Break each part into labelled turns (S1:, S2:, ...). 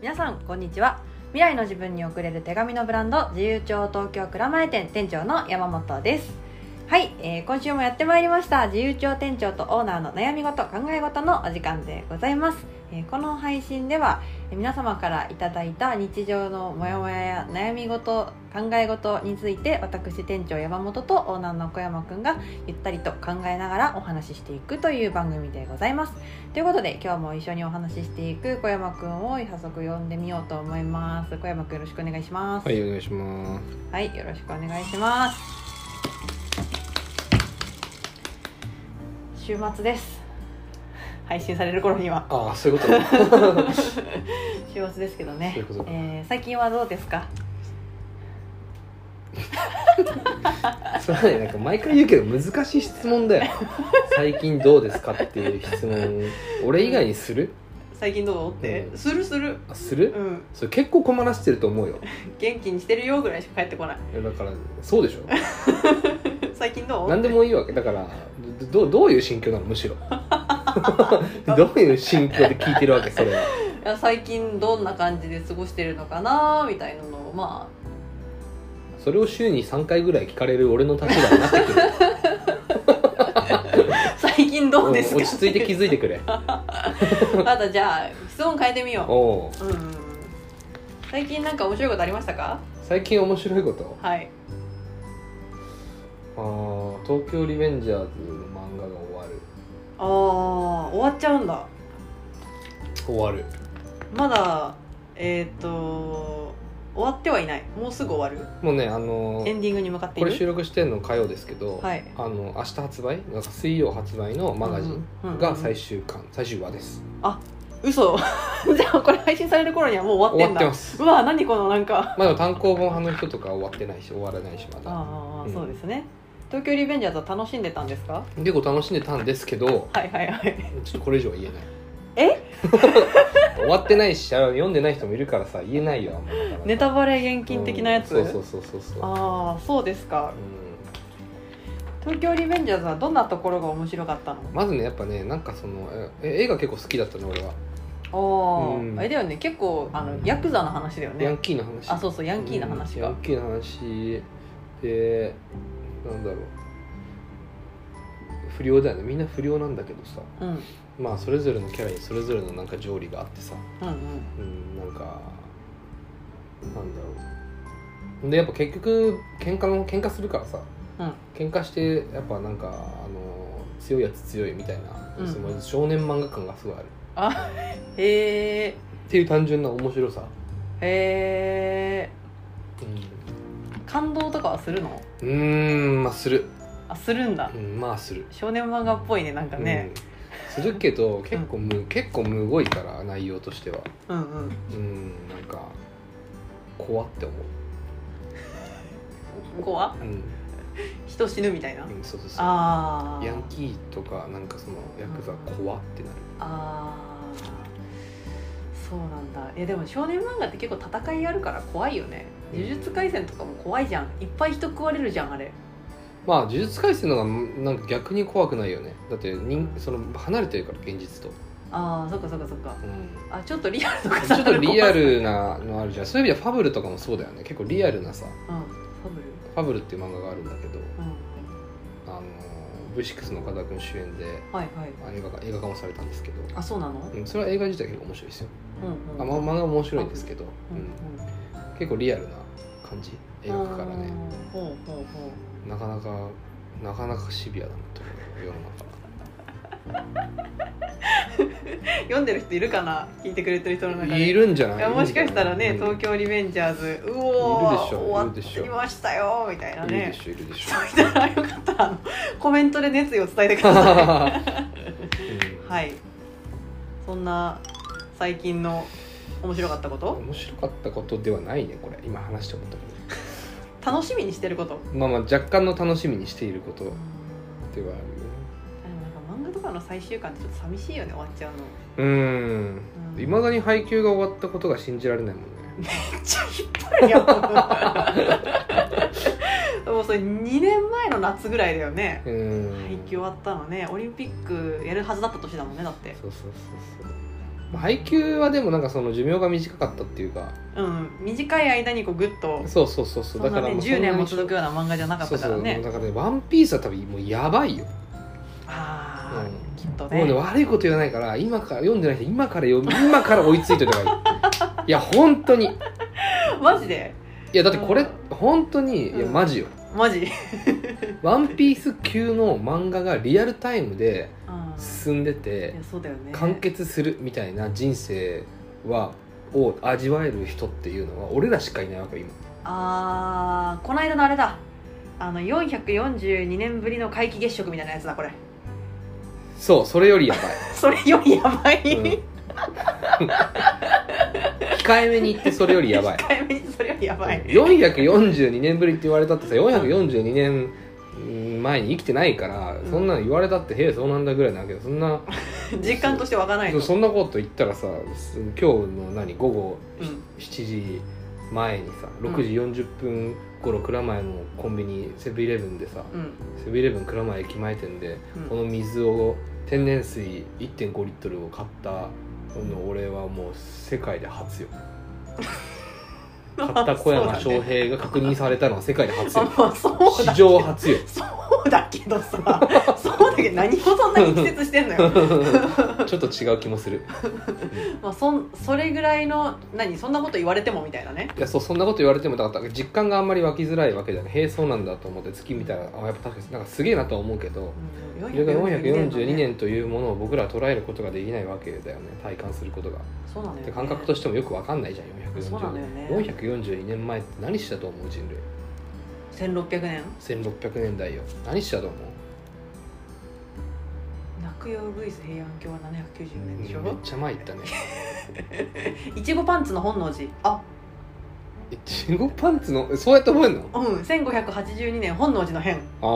S1: 皆さんこんにちは未来の自分に送れる手紙のブランド自由帳東京蔵前店店長の山本ですはい、えー今週もやってまいりました自由帳店長とオーナーの悩み事考え事のお時間でございます、えーこの配信ではえー皆様からいただいた日常のモヤモヤや悩み事考え事について私店長山本とオーナーの小山くんがゆったりと考えながらお話ししていくという番組でございますということで今日も一緒にお話ししていく小山くんを早速呼んでみようと思います小山くんよろしくお願いします
S2: はい、お願いします。
S1: はい、よろしくお願いします。週末です。配信される頃には
S2: ああ、そういうこと。
S1: 週末ですけどね
S2: そういうこと。か
S1: えー最近はどうですか。
S2: それはね、なんか毎回言うけど、難しい質問だ よ。最近どうですかっていう質問。俺以外にする。
S1: 最近どうって、
S2: うん
S1: するする。
S2: あす
S1: う
S2: る。
S1: ん、
S2: それ結構困らせてると思うよ。
S1: 元気にしてるよぐらいしか帰ってこない。
S2: いやだから、そうでしょ
S1: 最近どう。
S2: 何でもいいわけ、だから、どどう、どういう心境なの、むし ろ。どういう心境で聞いてるわけ、それは。
S1: いや最近どんな感じで過ごしてるのかなみたいなのを、ま
S2: それを週に三回ぐらい聞かれる俺の立場になってくる。
S1: あ、 最近 どうですか。
S2: ん落ち着いて気づいてくれ。
S1: まだじゃあ、質問変えてみよ
S2: おう
S1: う。うん。最近なんか面白いことありましたか。
S2: 最近面白いこと。
S1: はい。
S2: ああ、東京リベンジャーズの漫画が終わる。
S1: ああ終わっちゃうんだ
S2: 終わる
S1: まだえっ、と終わってはいないもうすぐ終わ
S2: もうねあの
S1: るエンディングに向かってい
S2: これ
S1: る
S2: 収録してんの火曜ですけど、
S1: はい
S2: あの明日発売なんか水曜発売のマガジン
S1: ン
S2: が最終巻、最終話です
S1: 嘘 じゃあこれ配信される頃にはもう終わってんだ
S2: 終わってます
S1: うわ何このなんか
S2: まあでも単行本派の人とかは終わってないし終わらないしまだ
S1: ああ、
S2: うん
S1: そうですね東京リベンジャーズは楽しんでたんですか
S2: 結構楽しんでたんですけど
S1: はいはい はい
S2: ちょっとこれ以上は言えない
S1: え
S2: 終わってないしあの読んでない人もいるからさ言えないよあんまだから
S1: ネタバレ厳禁的なやつ、
S2: うんそうそうそうそうそう
S1: ああそうですか
S2: うん
S1: 東京リベンジャーズはどんなところが面白かったの
S2: まずねやっぱねなんかそのえ絵が結構好きだったの俺は
S1: ああ、
S2: うん
S1: あれだよね結構あのヤクザの話だよ
S2: ヤン
S1: ね
S2: キーの話
S1: あそうそうヤンキーの話
S2: うんヤ
S1: が
S2: ンキーの話でなんだろう不良だよねみんな不良なんだけどさ
S1: うんうん
S2: まあそれぞれのキャラにそれぞれのなんか条理があってさ
S1: うん
S2: うんなんかなんだろうでやっぱ結局喧嘩の喧嘩するからさ、
S1: うん
S2: 喧嘩してやっぱなんかあの強いやつ強いみたいな、
S1: うん
S2: その少年漫画感がすごいある
S1: へえ
S2: っていう単純な面白さ、
S1: へえ感動とかはするの
S2: うんうーんまあする、
S1: あするんだ
S2: うん、まあする
S1: 少年漫画っぽいねなんかね、
S2: うん、するけど結構む、結構むごいから内容としては
S1: うん、うん
S2: うんなんか怖って思う
S1: こは
S2: うん、
S1: 人死ぬみたいな、
S2: うん、そうそうそう
S1: あー
S2: ヤンキーとかなんかそのヤクザ怖ってなる
S1: あーそうなんだえでも少年漫画って結構戦いあるから怖いよね呪術廻戦とかも怖いじゃんいっぱい人食われるじゃんあれ
S2: まあ呪術廻戦のがなんか逆に怖くないよねだって人その離れてるから現実と、
S1: あーそっかそっかそっか
S2: うん、
S1: あちょっとリアルとか
S2: ちょっとリア
S1: う
S2: ル
S1: ん
S2: なのあるじゃんそういう意味ではファブルとかもそうだよね結構リアルなさ
S1: ファブル
S2: ファブルっていう漫画があるんだけど
S1: うん
S2: あの V6 の岡田君主演で
S1: はいはい
S2: あ映画化映画化もされたんですけど
S1: あそうなの、うん
S2: うん、それは映画自体結構面白いですよ、
S1: うん
S2: あま、漫画も面白いんですけど、
S1: う
S2: うん
S1: うん
S2: ん、結構リアルな感じ描くからね
S1: あーほうほうほう
S2: なかなかなかなかシビアだなと思う世の中
S1: 読んでる人いるかな聞いてくれてる人の中で
S2: いるんじゃない
S1: い
S2: い
S1: やもしかしたらね、
S2: うん
S1: 東京リベンジャーズうおー
S2: いるでしょ
S1: 終わ
S2: いるでしょ
S1: ってましたよみたいない
S2: るで
S1: ね
S2: しょいるでしょ
S1: そういたら よかったらあのコメントで熱意を伝えてくださいはいそんな最近の面白かったこ
S2: うん
S1: と
S2: 面白かったことではないねこれ今話して思ったけ
S1: 楽しみにしてること
S2: どまあまあ若干の楽しみにしていること
S1: うん
S2: ではあるよね
S1: でもなんか漫画とかの最終巻ってちょっと寂しいよね終わっちゃうの
S2: うーんいまだに配給が終わったことが信じられないもんね
S1: めっちゃ引っ張るやんもうそれ2年前の夏ぐらいだよね
S2: うーん
S1: 配給終わったのねオリンピックやるはずだった年だもんねだって
S2: そうそうそうそうまあ配給はでもなんかその寿命が短かったっていうか
S1: うん短い間にこうグッと
S2: そうそうそうそう
S1: そんなね
S2: もう
S1: 10年も続く
S2: な
S1: ような漫画じゃなか
S2: に
S1: っ
S2: そう
S1: たか
S2: そ
S1: ら
S2: うも
S1: ね
S2: うだからね「ワンピースは多分もうやばいよ
S1: ああ、
S2: うん
S1: きっと
S2: もうね
S1: ね
S2: 悪いこと言わないから今から読んでない人今から読み今から追いついといた方が いいいや本当にい
S1: マジで
S2: やだってこれ
S1: う
S2: 本当にいや
S1: うん
S2: マジよ
S1: マジ、
S2: 「ワンピース級の漫画がリアルタイムで
S1: うん
S2: 進んで
S1: い
S2: て
S1: やそうだよね
S2: 完結するみたいな人生はを味わえる人っていうのは俺らしかいないわけよ
S1: あーこの間のあれだあの442年ぶりの皆既月食みたいなやつだこれ
S2: 今そうそれよりやばい
S1: それよりやばい、
S2: うん 控えめに言ってそれより やばい
S1: 控えめにそれよりやばい、
S2: 442年ぶりって言われたってさ442年うん前に生きてないから、
S1: うん
S2: そんなの言われたって「へえそうなんだ」ぐらいなわけどそんな
S1: 実感として湧かない
S2: そ
S1: と
S2: そんなこと言ったらさす今日の何午後
S1: うん
S2: 7時前にさ6時40分頃蔵前のコンビニセブンイレブンでさ
S1: うん
S2: セブンイレブン蔵前駅前店でこ
S1: うん
S2: の水を天然水1.5リットルを買ったの俺はもう世界で初よ買った小
S1: そ
S2: 山
S1: う
S2: 翔
S1: だね
S2: 平が確認されたのは世界で初よ
S1: あまあそうだ
S2: 史上初よ
S1: そうだけどさそうだけど何もそんなに季節してんのよ
S2: ちょっと違う気もする
S1: まあそんそれぐらいの何そんなこと言われてもみたいなね
S2: いやそうそんなこと言われてもだから実感があんまり湧きづらいわけじゃないへえそうなんだと思って月見たらあやっぱ確かになんかすげえなとは思うけど
S1: うん
S2: それが442
S1: 442
S2: 年というものを僕らは捉えることができないわけだよね体感することが
S1: そうなんだよ、
S2: で
S1: ね、
S2: 感覚としてもよくわかんないじゃん442
S1: そうなんだよね
S2: 442年前って何してたと思う人類
S1: 1600年
S2: 1600年代よ何してたと思う
S1: 落葉ルイス平安京は790年でしょ、
S2: めっちゃ前行ったね
S1: いちごパンツの本能寺あ
S2: えチンゴパンツのえそうやって覚えるの
S1: うん1582年本能寺の変
S2: あ
S1: あ
S2: あ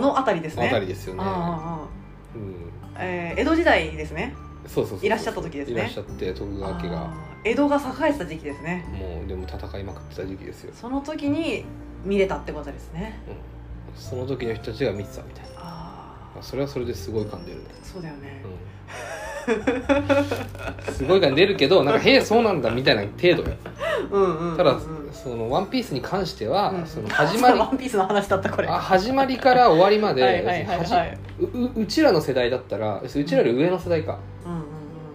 S1: のあたりですね
S2: あたりですよね
S1: あああああ
S2: うん
S1: えー江戸時代ですね
S2: そうそうそう
S1: いらっしゃった時ですね
S2: いらっしゃって徳川家
S1: あ
S2: が
S1: ー江戸が栄えてた時期ですね
S2: もうでも戦いまくってた時期ですよ、
S1: その時に見れたってことですね
S2: うん、その時の人たちが見てたみたいな
S1: ああ
S2: あそれはそれですごい感出るね、
S1: そうだよね、
S2: うん、すごい感出るけどなんか「へえそうなんだ」みたいな程度よ
S1: うん、うんうんうん
S2: ただその「ワンピースに関しては、
S1: うん
S2: その始 まり
S1: ワンピースの話だったこれ
S2: あ始まりから終わりまで
S1: はいはいはいはい
S2: はじううちらの世代だったらうちらより上の世代か、
S1: うんうんうん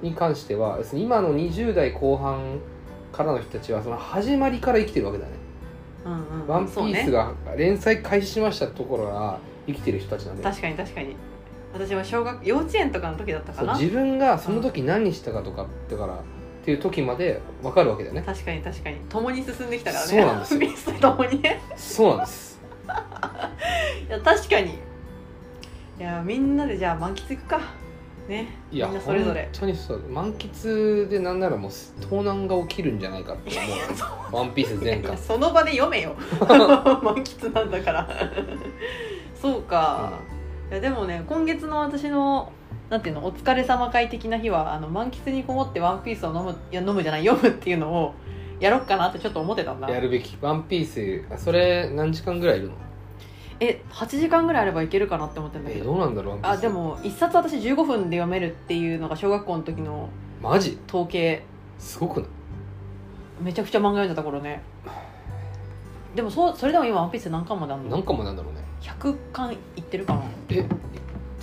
S2: に関しては要するに今の20代後半からの人たちはその始まりから生きてるわけだね
S1: うんうんう
S2: 「
S1: ん
S2: ワンピ
S1: そう
S2: ー
S1: ね
S2: スが連載開始しましたところが生きてる人たちなんで
S1: 確かに確かに私は小学幼稚園とかの時だったか
S2: そう
S1: な
S2: 自分がその時何したかとかってからっていう時まで分かるわけだよね
S1: 確かに確かに共に進んできたからね
S2: そうなんですよ
S1: ワンピースと共にね
S2: そうなんです
S1: いや確かにいやみんなでじゃあ満喫いくかね
S2: いや
S1: みんなそれぞれ
S2: 本当にそう満喫でなんならもう盗難が起きるんじゃないかって思う「ワンピース全
S1: いや
S2: 巻
S1: その場で読め よ満喫なんだからそうか、いやでもね今月の私のなんていうのお疲れ様会的な日はあの満喫にこもって「ワンピースを飲むいや飲むじゃない読むっていうのをやろっかなってちょっと思ってたんだ
S2: やるべき「ワンピースあそれ何時間ぐらいいるの
S1: え8時間ぐらいあればいけるかなって思ってんだけ
S2: え
S1: ど
S2: どうなんだろうワンピー
S1: あ
S2: ス
S1: でも一冊私15分で読めるっていうのが小学校の時の
S2: マジ
S1: 統計
S2: すごくない
S1: めちゃくちゃ漫画読んでた頃ねでもそうそれでも今「ワンピース何巻まであんの
S2: 何巻もなんだろうね
S1: 100巻いってるかな
S2: え行っ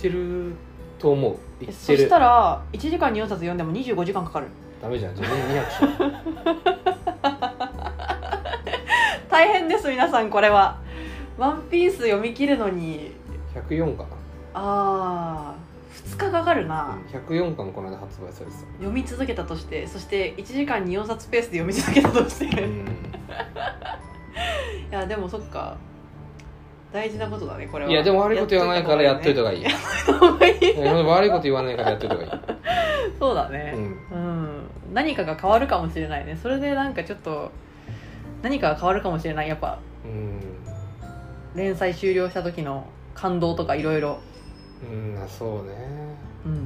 S2: てると思う行
S1: え
S2: っ
S1: そ
S2: て
S1: し
S2: る
S1: たら1時間に4冊読んでも25時間かかる
S2: ダメじゃん自分に200しよう
S1: 大変です皆さんこれは「ワンピース読み切るのに
S2: 104か
S1: あー2日かかる
S2: な
S1: な、
S2: うん104かもこの間発売されてた
S1: 読み続けたとしてそして1時間に4冊ペースで読み続けたとして、
S2: う
S1: い
S2: ん
S1: やでもそっか大事なことだねこれはい
S2: やでも悪いこと言わないからやっといた
S1: が
S2: 方がいい
S1: いい
S2: いや悪いこと言わないからやっと いた方がい
S1: そうだね
S2: い、うん、
S1: うん、何かが変わるかもしれないねそれでなんかちょっと何かが変わるかもしれないやっぱ
S2: うん
S1: 連載終了した時の感動とかいろいろ
S2: うんあそうね
S1: うんっ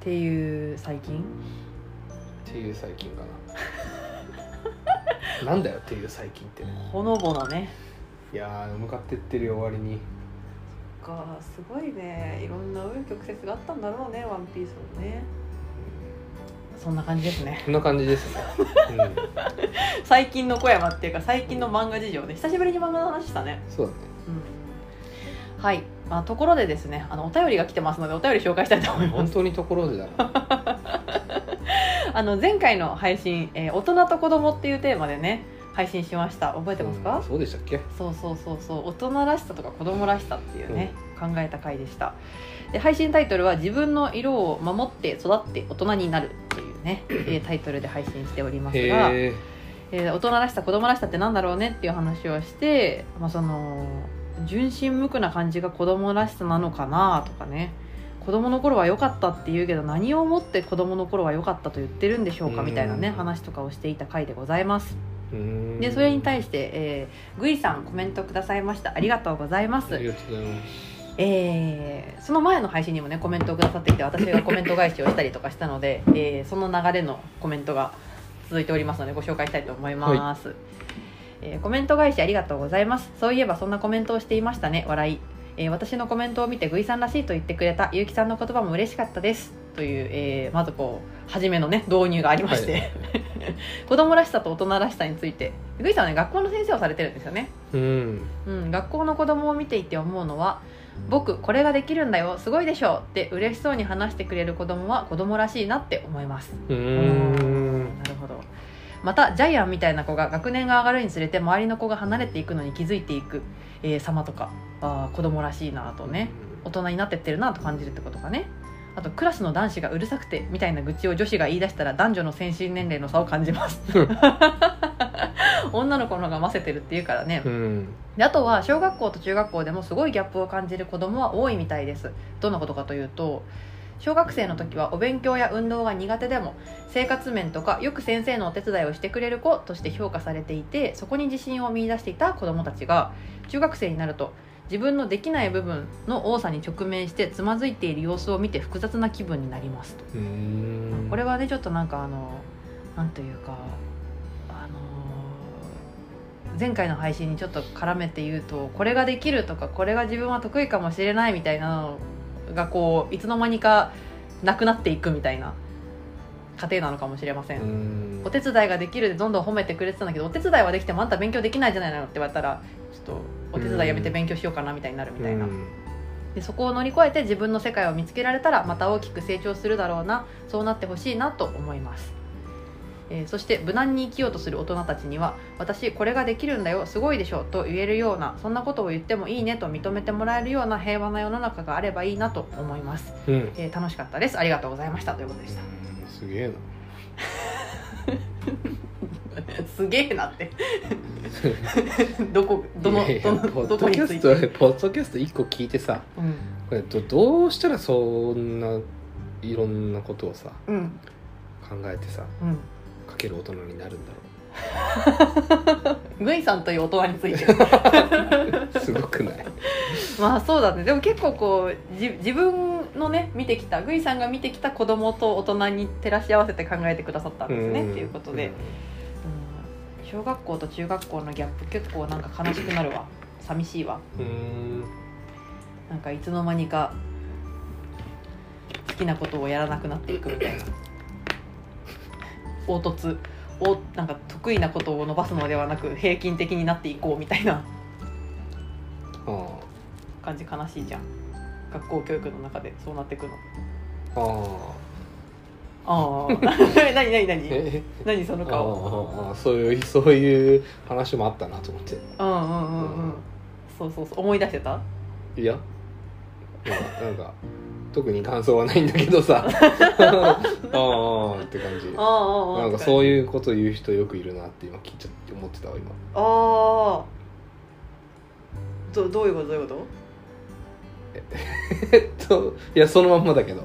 S1: ていう最近
S2: っていう最近か ななんだよっていう最近ってね
S1: ほのぼのね
S2: いやー向かってってるよ終わりに
S1: そっかすごいねいろんな紆余曲折があったんだろうね「ワンピースもね
S2: うん
S1: そんな感じですね
S2: こんな感じですね、
S1: 最近の小山っていうか最近の漫画事情で久しぶりに漫画の話したね
S2: うん、そうだね
S1: うんはい、まあ、ところでですねあのお便りが来てますのでお便り紹介したいと思いま
S2: 本
S1: す
S2: 当にところでだな
S1: あの前回の配信、えー大人と子供っていうテーマでね配信しました覚えてますか、
S2: うんそうでしたっけ
S1: そうそうそうそう大人らしさとか子供らしさっていうね、考えた回でしたで配信タイトルは「自分の色を守って育って大人になる」という ね、えータイトルで配信しておりますが、え
S2: へえ
S1: ー大人らしさ子供らしさってなんだろうねっていう話をして、まあ、その純真無垢な感じが子供らしさなのかなとかね子供の頃は良かったって言うけど何をもって子供の頃は良かったと言ってるんでしょうかみたいなね
S2: うん
S1: 話とかをしていた回でございます
S2: うん
S1: でそれに対して、えー、グイさんコメントくださいましたありがとうございま
S2: あり
S1: す、
S2: がとうございます
S1: えーその前の配信にもねコメントをくださってきて私がコメント返しをしたりとかしたので、えーその流れのコメントが続いておりますのでご紹介したいと思います、えーコメント返しありがとうございますそういえばそんなコメントをしていましたね笑い、えー私のコメントを見てグイさんらしいと言ってくれたゆうきさんの言葉も嬉しかったですという、えーまずこう初めのね導入がありまして、
S2: はい
S1: 子供らしさと大人らしさについてグイさんはね学校の先生をされてるんですよね、
S2: うん
S1: うん、学校の子供を見ていて思うのは僕これができるんだよすごいでしょうって嬉しそうに話してくれる子供は子供らしいなって思います
S2: う
S1: う
S2: ーん
S1: なるほどまたジャイアンみたいな子が学年が上がるにつれて周りの子が離れていくのに気づいていく、えー様とかあー子供らしいなとね大人になってってるなと感じるってことかねあとクラスの男子がうるさくてみたいな愚痴を女子が言い出したら男女の先進年齢の差を感じます 女の子の方がませてるっていうからね、
S2: うん
S1: であとは小学校と中学校でもすごいギャップを感じる子供は多いみたいですどんなことかというと小学生の時はお勉強や運動が苦手でも生活面とかよく先生のお手伝いをしてくれる子として評価されていてそこに自信を見出していた子供たちが中学生になると自分のできない部分の多さに直面してつまずいている様子を見て複雑な気分になりますと
S2: うーん
S1: これはねちょっとなんかあのなんというかあの前回の配信にちょっと絡めて言うとこれができるとかこれが自分は得意かもしれないみたいなのがこういつの間にかなくなっていくみたいな過程なのかもしれません、
S2: うん
S1: お手伝いができるでどんどん褒めてくれてたんだけどお手伝いはできてもあんた勉強できないじゃないのって言われたらちょっとお手伝いやめて勉強しようかなみたいになるみたいな、
S2: うん
S1: でそこを乗り越えて自分の世界を見つけられたらまた大きく成長するだろうなそうなってほしいなと思います、えーそして無難に生きようとする大人たちには私これができるんだよすごいでしょと言えるようなそんなことを言ってもいいねと認めてもらえるような平和な世の中があればいいなと思います、
S2: うん
S1: えー楽しかったですありがとうございましたということでした
S2: うんすげえな
S1: すげえなって どこどの
S2: いやいや
S1: ど
S2: ポ
S1: の
S2: ッ
S1: どこ
S2: ド
S1: に
S2: キャ
S1: つい
S2: ス
S1: て、
S2: トポッドキャスト1個聞いてさ
S1: うん
S2: これどどうしたらそんないろんなことをさ
S1: うん
S2: 考えてさ
S1: うん
S2: かける大人になるんだろ
S1: グイさんという大人について
S2: うすごくない
S1: まあそうだねでも結構こうじ自分のね見てきたグイさんが見てきた子供と大人に照らし合わせて考えてくださったんですねっていうことで、うん小学校と中学校のギャップ結構なんか悲しくなるわ寂しいわ
S2: うんうん
S1: なんかいつの間にか好きなことをやらなくなっていくみたいな凹凸おなんか得意なことを伸ばすのではなく平均的になっていこうみたいな
S2: あ
S1: 感じ悲しいじゃん学校教育の中でそうなってくの
S2: あああ
S1: ああ何何何
S2: え
S1: 何その
S2: あ
S1: 顔
S2: あああそういうそういう話もあったなと思って
S1: うんうんうんうんそうそうそう思い出してた
S2: いや、まあ、なんか特に感想はないんだけど さああって感じ
S1: ああああ
S2: なんかそういうこと言う人よくいるなって今聞いちゃって思ってたわ今
S1: ああどどういうことどういうこと
S2: えっといやそのまんまだけど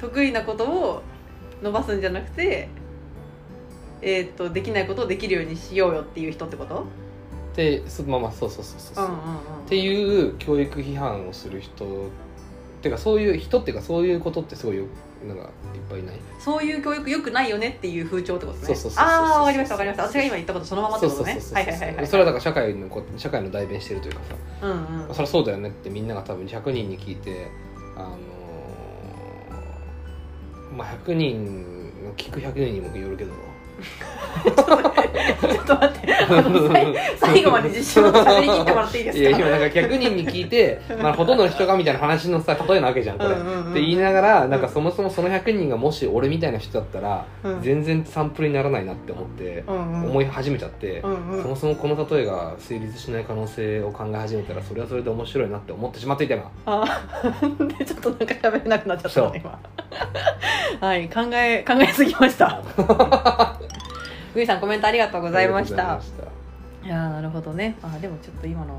S1: 得意なことを伸ばすんじゃなくてえーっとできないことをできるようにしようよっていう人ってこと
S2: でそまあまあそうそうそうそう
S1: う
S2: そ
S1: んう
S2: う、
S1: んうん
S2: っ、ていう教育批判をする人っていうかそういう人っていうかそういうことってすごいよなんかいっぱいない
S1: そういう教育よくないよねっていう風潮ってことね
S2: そうそうそうそう
S1: ああわかりましたわかりました私が今言ったことそのままってことね
S2: そうそうそうそ
S1: はいは
S2: う
S1: いはいはい
S2: それはだから社会のこ社会の代弁してるというかさ
S1: うんうん
S2: そりゃそうだよねってみんなが多分100人に聞いてあのーまあ100人聞く100人にもよるけどな
S1: ちょっと待って あのさい最後まで実証を喋り切ってもらっていいで
S2: いや
S1: すか
S2: 今なんか100人に聞 いて、まあ、ほとんどの人がみたいな話のさ例えなわけじゃんこれ。
S1: うんうんうん
S2: って言いながらなんかそもそもその100人がもし俺みたいな人だったら、
S1: うん
S2: 全然サンプルにならないなって思って、
S1: うんうん
S2: 思い始めちゃって、
S1: うんうん
S2: そもそもこの例えが成立しない可能性を考え始めたらそれはそれで面白いなって思ってしまっていた今
S1: あーでちょっとなんか喋れなくなっちゃった
S2: そう
S1: ね今はい考え考えすぎましたグイさんコメントありがとうございました
S2: ありがとうございまし
S1: いやーなるほどねあーでもちょっと今の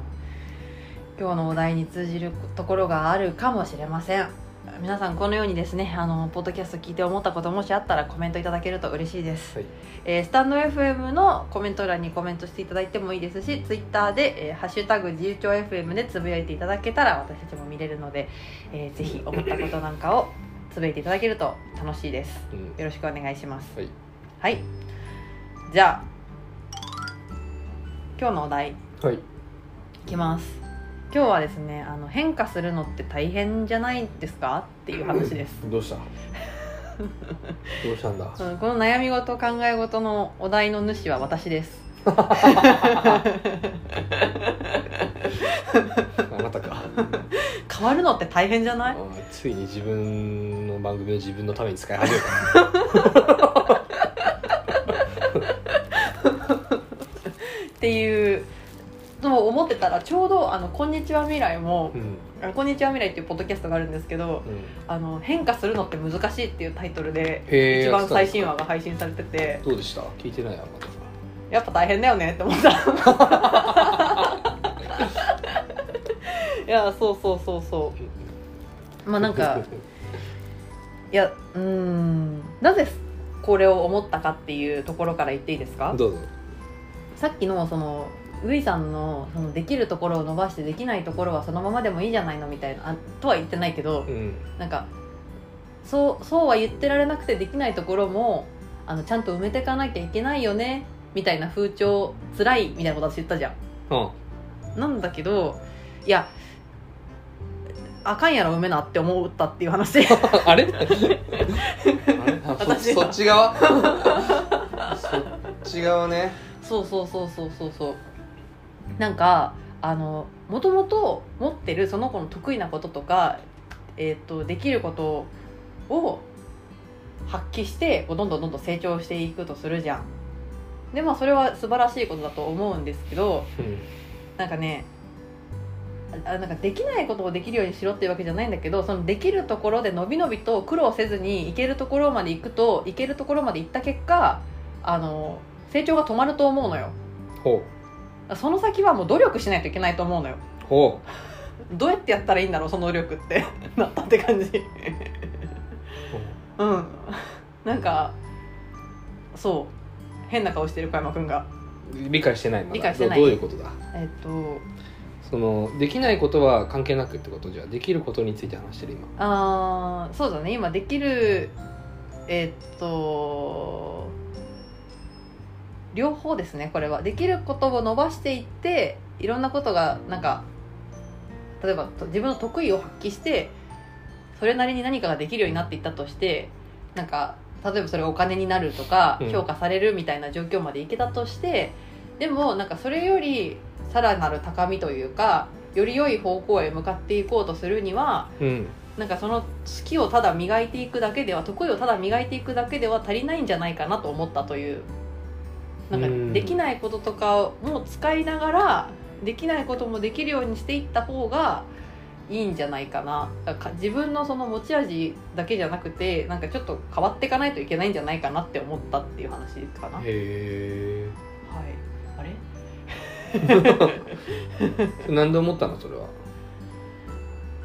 S1: 今日のお題に通じるところがあるかもしれません皆さんこのようにですねあのポッドキャスト聞いて思ったこともしあったらコメントいただけると嬉しいです、
S2: はい
S1: えースタンド FM のコメント欄にコメントしていただいてもいいですしツイッターで、えーハッシュタグ自由帳 FM」でつぶやいていただけたら私たちも見れるので、えーぜひ思ったことなんかをつぶやいていただけると楽しいです
S2: うん
S1: よろしくお願いします
S2: はい
S1: はいじゃあ今日のお題い
S2: はい
S1: きます今日はですねあの変化するのって大変じゃないですかっていう話です、
S2: どうしたどうしたんだ
S1: うん、この悩み事考え事のお題の主は私です
S2: あなたか
S1: 変わるのって大変じゃな
S2: あ
S1: い
S2: ーついに自分の番組を自分のために使い始めた
S1: っていうのを思ってたらちょうど「あのこんにちは未来も」
S2: うん
S1: あのこんにちは未来」っていうポッドキャストがあるんですけど
S2: うん
S1: 「あの変化するのって難しい」っていうタイトルで
S2: へー
S1: 一番最新話が配信されてて
S2: どうでした聞いてないあなた
S1: やっぱ大変だよねって思ったいやそうそうそうそうまあなん かいやうーんなぜこれを思ったかっていうところから言っていいですか
S2: どうぞ
S1: さっきのそのウイさんのそのできるところを伸ばしてできないところはそのままでもいいじゃないのみたいなあとは言ってないけど
S2: うん
S1: なんかそうそうは言ってられなくてできないところもあのちゃんと埋めていかなきゃいけないよねみたいな風潮つらいみたいなこと私言ったじゃ
S2: うん
S1: ん。なんだけどいやあかんやろ埋めなって思ったっていう話
S2: あれ
S1: 私
S2: そ
S1: は
S2: そっち側 そっち側ね
S1: そうそうそうそうそうそうなんかあのもともと持ってるその子の得意なこととか、えー、とできることを発揮してこうどんどんどんどん成長していくとするじゃんでまあそれは素晴らしいことだと思うんですけどなんかねああなんかできないことをできるようにしろっていうわけじゃないんだけどそのできるところでのびのびと苦労せずにいけるところまで行くといけるところまで行った結果あの成長が止まると思うのよ
S2: ほ
S1: その先はもう努力しないといけないと思うのよ
S2: うほ
S1: どうやってやったらいいんだろうその努力って なったって感じ
S2: う
S1: うんなんかそう変な顔してる小山くんが
S2: 理解してないまだ
S1: 理解してない
S2: どどういうことだ
S1: えっと
S2: そのできないことは関係なくってことじゃあできることについて話してる今
S1: あーそうだね今できるえっと両方ですねこれはできることを伸ばしていっていろんなことがなんか例えばと自分の得意を発揮してそれなりに何かができるようになっていったとしてなんか例えばそれがお金になるとか
S2: うん
S1: 評価されるみたいな状況までいけたとして、でもなんかそれよりさらなる高みというかより良い方向へ向かっていこうとするには
S2: うん
S1: なんかその好きをただ磨いていくだけでは得意をただ磨いていくだけでは足りないんじゃないかなと思ったというなん
S2: う
S1: か
S2: ん
S1: できないこととかも使いながらできないこともできるようにしていった方がいいんじゃないかなだから自分のその持ち味だけじゃなくてなんかちょっと変わっていかないといけないんじゃないかなって思ったっていう話かな。はい、
S2: へ
S1: あれ
S2: え何で思ったのそれは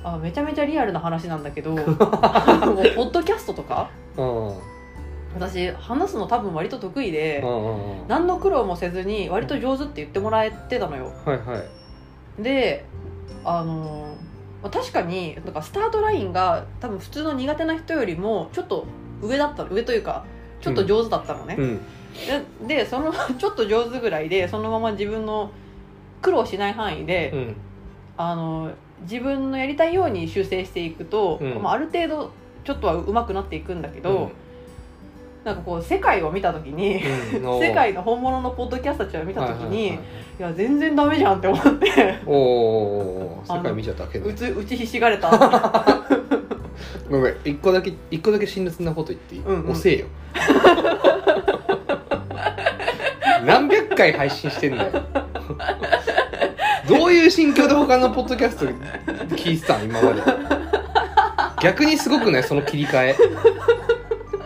S1: あめちゃめちゃリアルな話なんだけ どもうポッドキャストとか
S2: うん
S1: 私話すの多分割と得意で。
S2: うんうんうんは
S1: 何の苦労もせずに割と上手って言ってもらえてたのよ
S2: いはい
S1: であのまあ確かになんかスタートラインが多分普通の苦手な人よりもちょっと上だったの上というかちょっと上手だったのね、
S2: うん
S1: ででその ちょっと上手ぐらいでそのまま自分の苦労しない範囲で、
S2: うん
S1: あの自分のやりたいように修正していくと、
S2: うん
S1: まあ、ある程度ちょっとは上手くなっていくんだけど、なんかこう世界を見た時に、
S2: うんう ん
S1: 世界の本物のポッドキャストたちを見た時に、い
S2: はいはいはい
S1: や全然ダメじゃんって思って
S2: おーおーおー世界見ちゃったけど
S1: うち打ちひしがれた
S2: ごめん一個だけ一個だけ辛辣なこと言っていい、
S1: うんうん
S2: 遅えよ何百回配信してんだよどういう心境で他のポッドキャスト聞いてたん今まで逆にすごくないその切り替え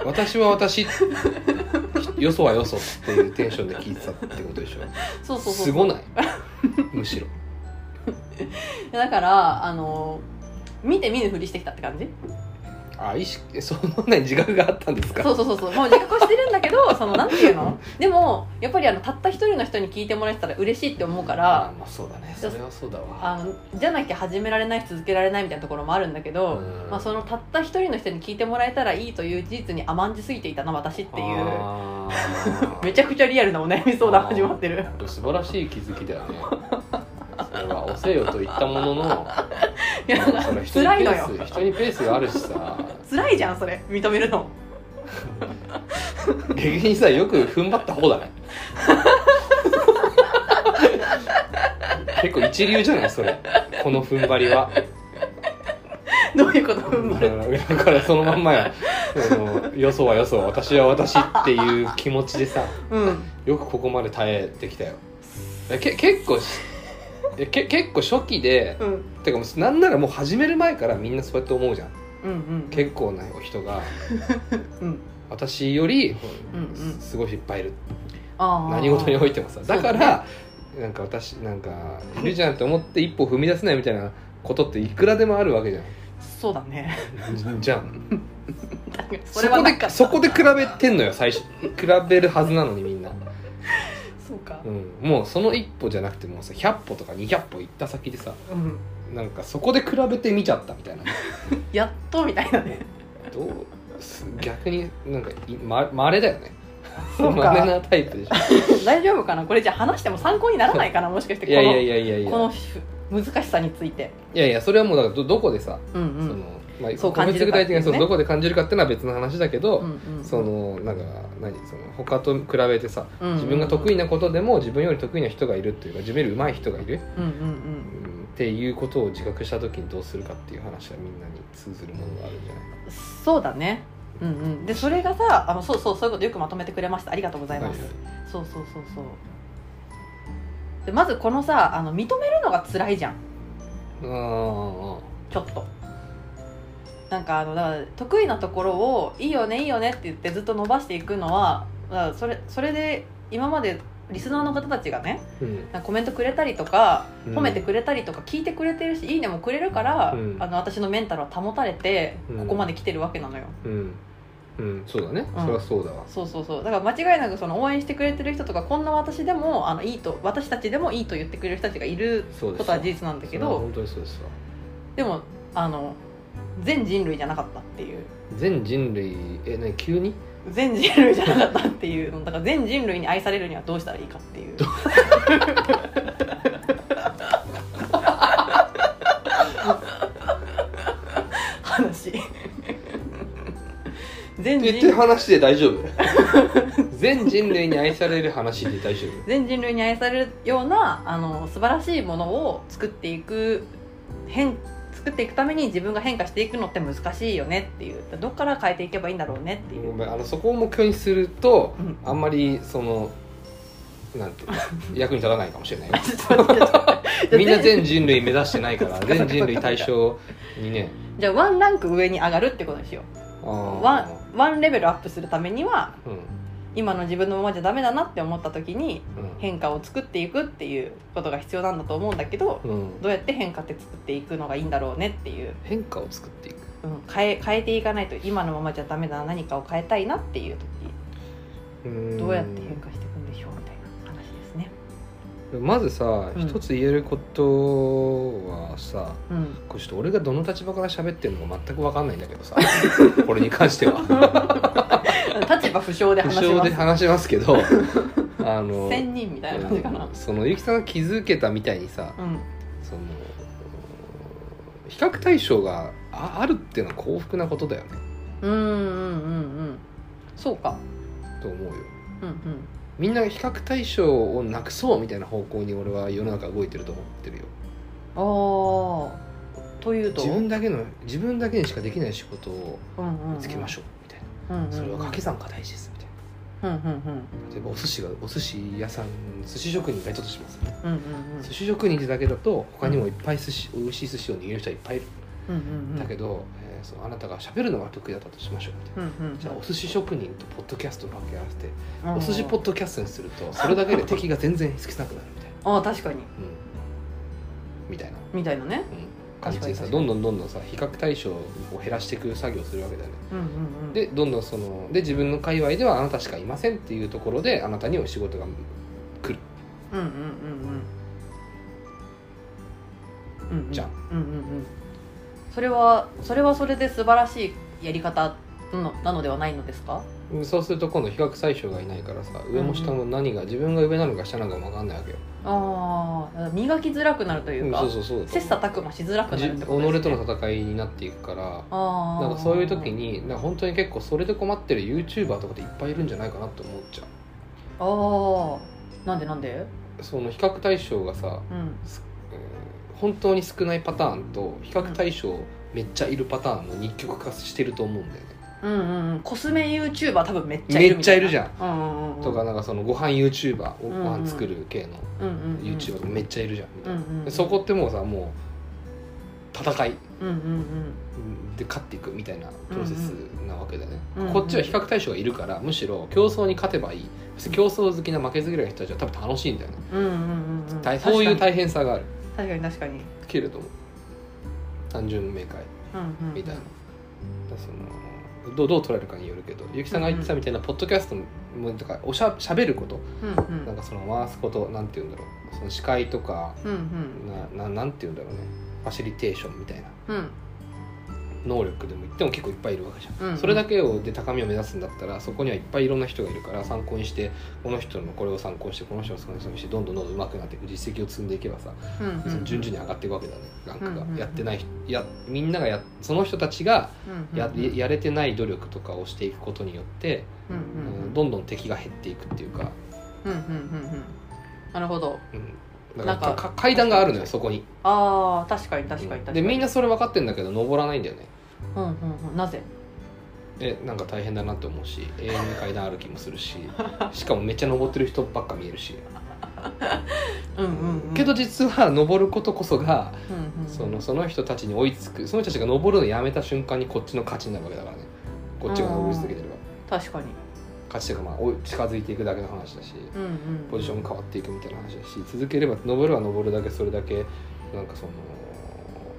S2: 私は私よそはよそっていうテンションで聞いてたってことでしょ
S1: そうそうそう
S2: すごないむしろ
S1: だからあの見て見ぬふりしてきたって感じ
S2: あ意識そのね自覚があったんですか
S1: そうそうそうそうもう自覚はしてるんだけ どそのなんていうのでもやっぱりあのたった一人の人に聞いてもらえてたら嬉しいって思うから
S2: あまあそうだねそれはそうだわ
S1: あのじゃなきゃ始められないし続けられないみたいなところもあるんだけど、
S2: うん
S1: まあ、そのたった一人の人に聞いてもらえたらいいという事実に甘んじすぎていたな私っていう
S2: あー
S1: めちゃくちゃリアルなお悩み相談始まってる
S2: 素晴らしい気づきだよねそれはおせよと言ったものの
S1: いや
S2: それは人に
S1: 辛い
S2: ペ
S1: のよ
S2: ース人にペースがあるしさ
S1: 辛いじゃんそれ認めるの
S2: 逆にさよく踏ん張った方だね結構一流じゃないそれこの踏ん張りは
S1: どういうこと踏ん張る
S2: だからそのまんまやあのよそはよそ私は私っていう気持ちでさ
S1: うん
S2: よくここまで耐えてきたよえけ結構しえけ結構初期で
S1: うん
S2: てかもうなんならもう始める前からみんなそうやって思うじゃん
S1: うんうん
S2: 結構な人が
S1: うん
S2: 私より
S1: うんうん
S2: すごいいっぱいいる
S1: あー
S2: 何事においてもさだから
S1: そ
S2: なんか私なんかいるじゃんって思って一歩踏み出せないみたいなことっていくらでもあるわけじゃ
S1: そうだね
S2: んじゃん
S1: そ
S2: そ
S1: れは
S2: こ
S1: なんか
S2: でそこで比べてんのよ最初比べるはずなのにみんな、
S1: そうか
S2: うん、もうその一歩じゃなくてもうさ100歩とか200歩行った先でさ
S1: うん
S2: なんかそこで比べてみちゃったみ たいな
S1: やっとみたいなね
S2: どうす逆になんかいままれだよね
S1: そうか
S2: まれなタ イプでしょ
S1: 大丈夫かなこれじゃあ話しても参考にならないかなもしかして
S2: い
S1: この
S2: やいやいやいやいや
S1: このふ難しさについて
S2: いやいやそれはもうだからどどこでさ、
S1: うんう
S2: その
S1: ん
S2: まあ、
S1: そう感じる
S2: 具
S1: かってい
S2: 体的
S1: うね
S2: にそうどこで感じるかっていうのは別の話だけど、
S1: うんうん
S2: そのなんか何その他と比べてさ
S1: うんうん
S2: 自分が得意なことでも自分より得意な人がいるっていうか自分より上手い人がいる、
S1: うんうん
S2: うん、っていうことを自覚した時にどうするかっていう話はみんなに通ずるものがあるんじゃない
S1: うんそうだねうんうんでそれがさあのそうそうそういうことよくまとめてくれましたありがとうございます、
S2: はい
S1: そうそうそうそうでまずこのさあの認めるのが辛いじゃん
S2: あー
S1: ちょっとなんかあのだから得意なところを「いいよねいいよね」って言ってずっと伸ばしていくのはだからそれそれで今までリスナーの方たちがね
S2: うん
S1: なんかコメントくれたりとか
S2: うん
S1: 褒めてくれたりとか聞いてくれてるし「いいね」もくれるから、
S2: うん
S1: あの私のメンタルは保たれて
S2: うん
S1: ここまで来てるわけなのよ、
S2: うん、うん、そうだね、
S1: うん
S2: そりゃそうだわ
S1: そうそうそうだから間違いなくその応援してくれてる人とかこんな私でもあのいいと私たちでもいいと言ってくれる人たちがいる
S2: そうです
S1: ことは事実なんだけ
S2: それは
S1: ど
S2: 本当にそうですわ
S1: でもあの全人類じゃなかったっていう。
S2: 全人類え何急に
S1: 全人類じゃなかったっていうのだから全人類に愛されるにはどうしたらいいかっていう話全
S2: 言ってる
S1: 人
S2: 話で大丈夫 全人類に愛される話で大丈
S1: 全人類に愛されるようなあの素晴らしいものを作っていく変作っていくために自分が変化していくのって難しいよねっていうどっから変えていけばいいんだろうねって
S2: 夫
S1: いう、
S2: ごめんあのそこを目標にすると、
S1: うん
S2: あんまりそのなんていうの役に立たないかも しれないよ
S1: ちょっと待ってちょっと待って
S2: みんな全人類目指してないから全人類対象にね
S1: じゃあワンランク上に上がるってことにしよ
S2: あ
S1: う
S2: ー
S1: ワンワンレベルアップするためには
S2: うん
S1: 今の自分のままじゃダメだなって思った時に
S2: う
S1: 変化を作っていくっていうことが必要なんだと思うんだけど
S2: ん、うん、
S1: どうやって変化って作っていくのがいいんだろうねっていう、
S2: 変化を作っていく
S1: うん、変え変えていかないと今のままじゃダメだな何かを変えたいなっていう時
S2: うーん
S1: どうやって変化していくんでしょうみたいな話ですね。
S2: まずさ
S1: うん
S2: 一つ言えることはさ、
S1: うん、
S2: これちょっと俺がどの立場から喋ってるのか全く分かんないんだけどさこれに関しては
S1: 立場不詳で
S2: 不
S1: 話し
S2: 詳
S1: ま
S2: です話しますけどあの
S1: 仙人みたいな感じかな。
S2: そのゆきさんが気づけたみたいにさ
S1: うん
S2: その比較対象がああるっていうのは幸福なことだよね
S1: うんうんうんうんそうか
S2: と思うよ
S1: うんうん
S2: みんな比較対象をなくそうみたいな方向に俺は世の中動いてると思ってるよ
S1: ああというと
S2: 自分だけの自分だけにしかできない仕事を見つけまし
S1: ょ
S2: ょうみたいな、
S1: うんうんうん、
S2: それは掛け算が大事ですみたい
S1: うんうんうん
S2: な例えばお寿司がお寿司屋さん寿司職人がいたとしますよね、
S1: うんうん
S2: 寿司職人ってだけだと他にもいっぱい寿司美味しい寿司を握る人はいっぱいいる、
S1: うんうんうん
S2: だけど、えーそのあなたが喋るのが得意だったとしましょうみたいな、
S1: うんうん
S2: じゃあお寿司職人とポッドキャストを掛け合わせて、
S1: うん
S2: お寿司ポッドキャストにするとそれだけで敵が全然少なくなるみたいな、
S1: ああ確かに
S2: うん、みたいな
S1: みたいなね
S2: うん感
S1: 確
S2: じ
S1: か
S2: で
S1: に
S2: さ
S1: 確か
S2: ど
S1: に
S2: んどんどんどんさ比較対象を減らしていく作業をするわけだよね
S1: うんうんうん
S2: でどんどんそので自分の界隈ではあなたしかいませんっていうところであなたにお仕事が来る
S1: うんうんうんうんうんうん
S2: じゃん
S1: うんうんうんそれはそれはそれで素晴らしいやり方なのなのではないのですか
S2: うんそうすると今度比較対象がいないからさ上も下も何が自分が上なのか下なのかも分かんないわけよ、、
S1: ああ磨きづらくなるといううんか、
S2: そうそうそうだと
S1: 切磋琢磨しづらくな
S2: じ
S1: るっ
S2: 己
S1: て
S2: と
S1: ことですね
S2: の戦いになっていくから
S1: あー
S2: なんかそういう時になんか本当に結構それで困ってる YouTuber とかっていっぱいいるんじゃないかなって思っちゃ
S1: ああなんでなんで
S2: うその比較対象がさ、
S1: うん
S2: えー本当に少ないパターンと比較対象めっちゃいるパターンの二極化してると思うんだよね
S1: うんうんうんコスメ YouTuber 多分めっちゃい
S2: め
S1: る
S2: っちゃいるじ
S1: ゃん
S2: ゃん
S1: うんうんうん
S2: とかなんかそのご飯 YouTuber ご
S1: うん
S2: 飯作る系の
S1: うんうんうん
S2: YouTuber とかめっちゃいるじゃんみたいな、
S1: うんうん
S2: でそこってもうさもう戦い
S1: うんうんうん
S2: で勝っていくみたいなプロセスなわけだね、
S1: うんうん
S2: こっちは比較対象がいるからむしろ競争に勝てばいい別に競争好きな負けず嫌いな人たちは多分楽しいんだよね、
S1: うんうんうんうん
S2: 大そういう
S1: 確かに
S2: 大変さがある
S1: 確かに確かに
S2: けれども単純明快
S1: うんうんうん
S2: みたいな、だからそのどうどう捉えるかによるけどゆきさんが言ってたみたいなポッドキャストもとかおしゃしゃべること
S1: うんう
S2: なん
S1: ん
S2: かその回すことなんて言うんだろうその司会とか
S1: うんうん
S2: なななんて言うんだろうねファシリテーションみたいな
S1: うん
S2: 能力でも言っても結構いっぱいいるわけじゃん、
S1: うんうん
S2: それだけをで高みを目指すんだったらそこにはいっぱいいろんな人がいるから参考にしてこの人のこれを参考にしてこの人の参考にしてどんどんどんどん上手くなっていく実績を積んでいけばさ、
S1: うんうん
S2: その順々に上がっていくわけだねランクが、
S1: うんうん
S2: やってない人やみんながやその人たちが
S1: うんうん
S2: や,、やれてない努力とかをしていくことによって、
S1: うんうんう
S2: うんんどんどん敵が減っていくっていうか、
S1: うんうんうんうんなるほど
S2: うん、だか
S1: な
S2: ら
S1: んか
S2: か階段があるのよそこに
S1: ああ確かに確かに確かに
S2: でみんなそれ分かってんだけど登らないんだよね
S1: うんうんうんなぜ
S2: えなんか大変だなって思うし永遠に階段歩きもす るししかもめっちゃ登ってる人ばっか見えるし、
S1: うんうんうん
S2: けど実は登ることこそが
S1: うんうん
S2: そのその人たちに追いつくその人たちが登るのやめた瞬間にこっちの勝ちになるわけだからねこっちが登り続けてれば
S1: 確かに
S2: 勝ちというかまあ追い近づいていくだけの話だし
S1: うんうん
S2: ポジションも変わっていくみたいな話だし続ければ登るは登るだけそれだけなんかその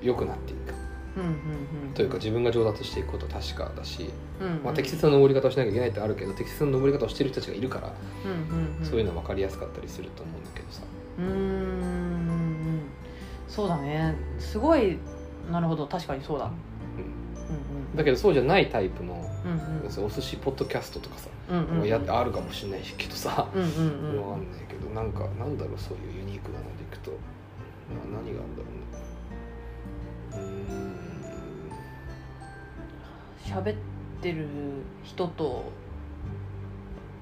S2: 良くなっていく
S1: うんうんうん
S2: というか自分が上達していくことは確かだし、
S1: うんうん
S2: まあ、適切な登り方をしなきゃいけないってあるけど適切な登り方をしてる人たちがいるから
S1: うんうんうん
S2: そういうの分かりやすかったりすると思うんだけどさ、
S1: うーんそうだねすごいなるほど確かにそうだうん
S2: う
S1: うん
S2: ん、だけどそうじゃないタイプの
S1: うん
S2: お寿司ポッドキャストとかさ、
S1: うんうんうん
S2: やあるかもしれないけどさ、
S1: うんうん
S2: わ
S1: うん
S2: かんないけどなんかなんだろうそういうユニークなのでいくと、な何があるんだろうね
S1: 喋ってる人と、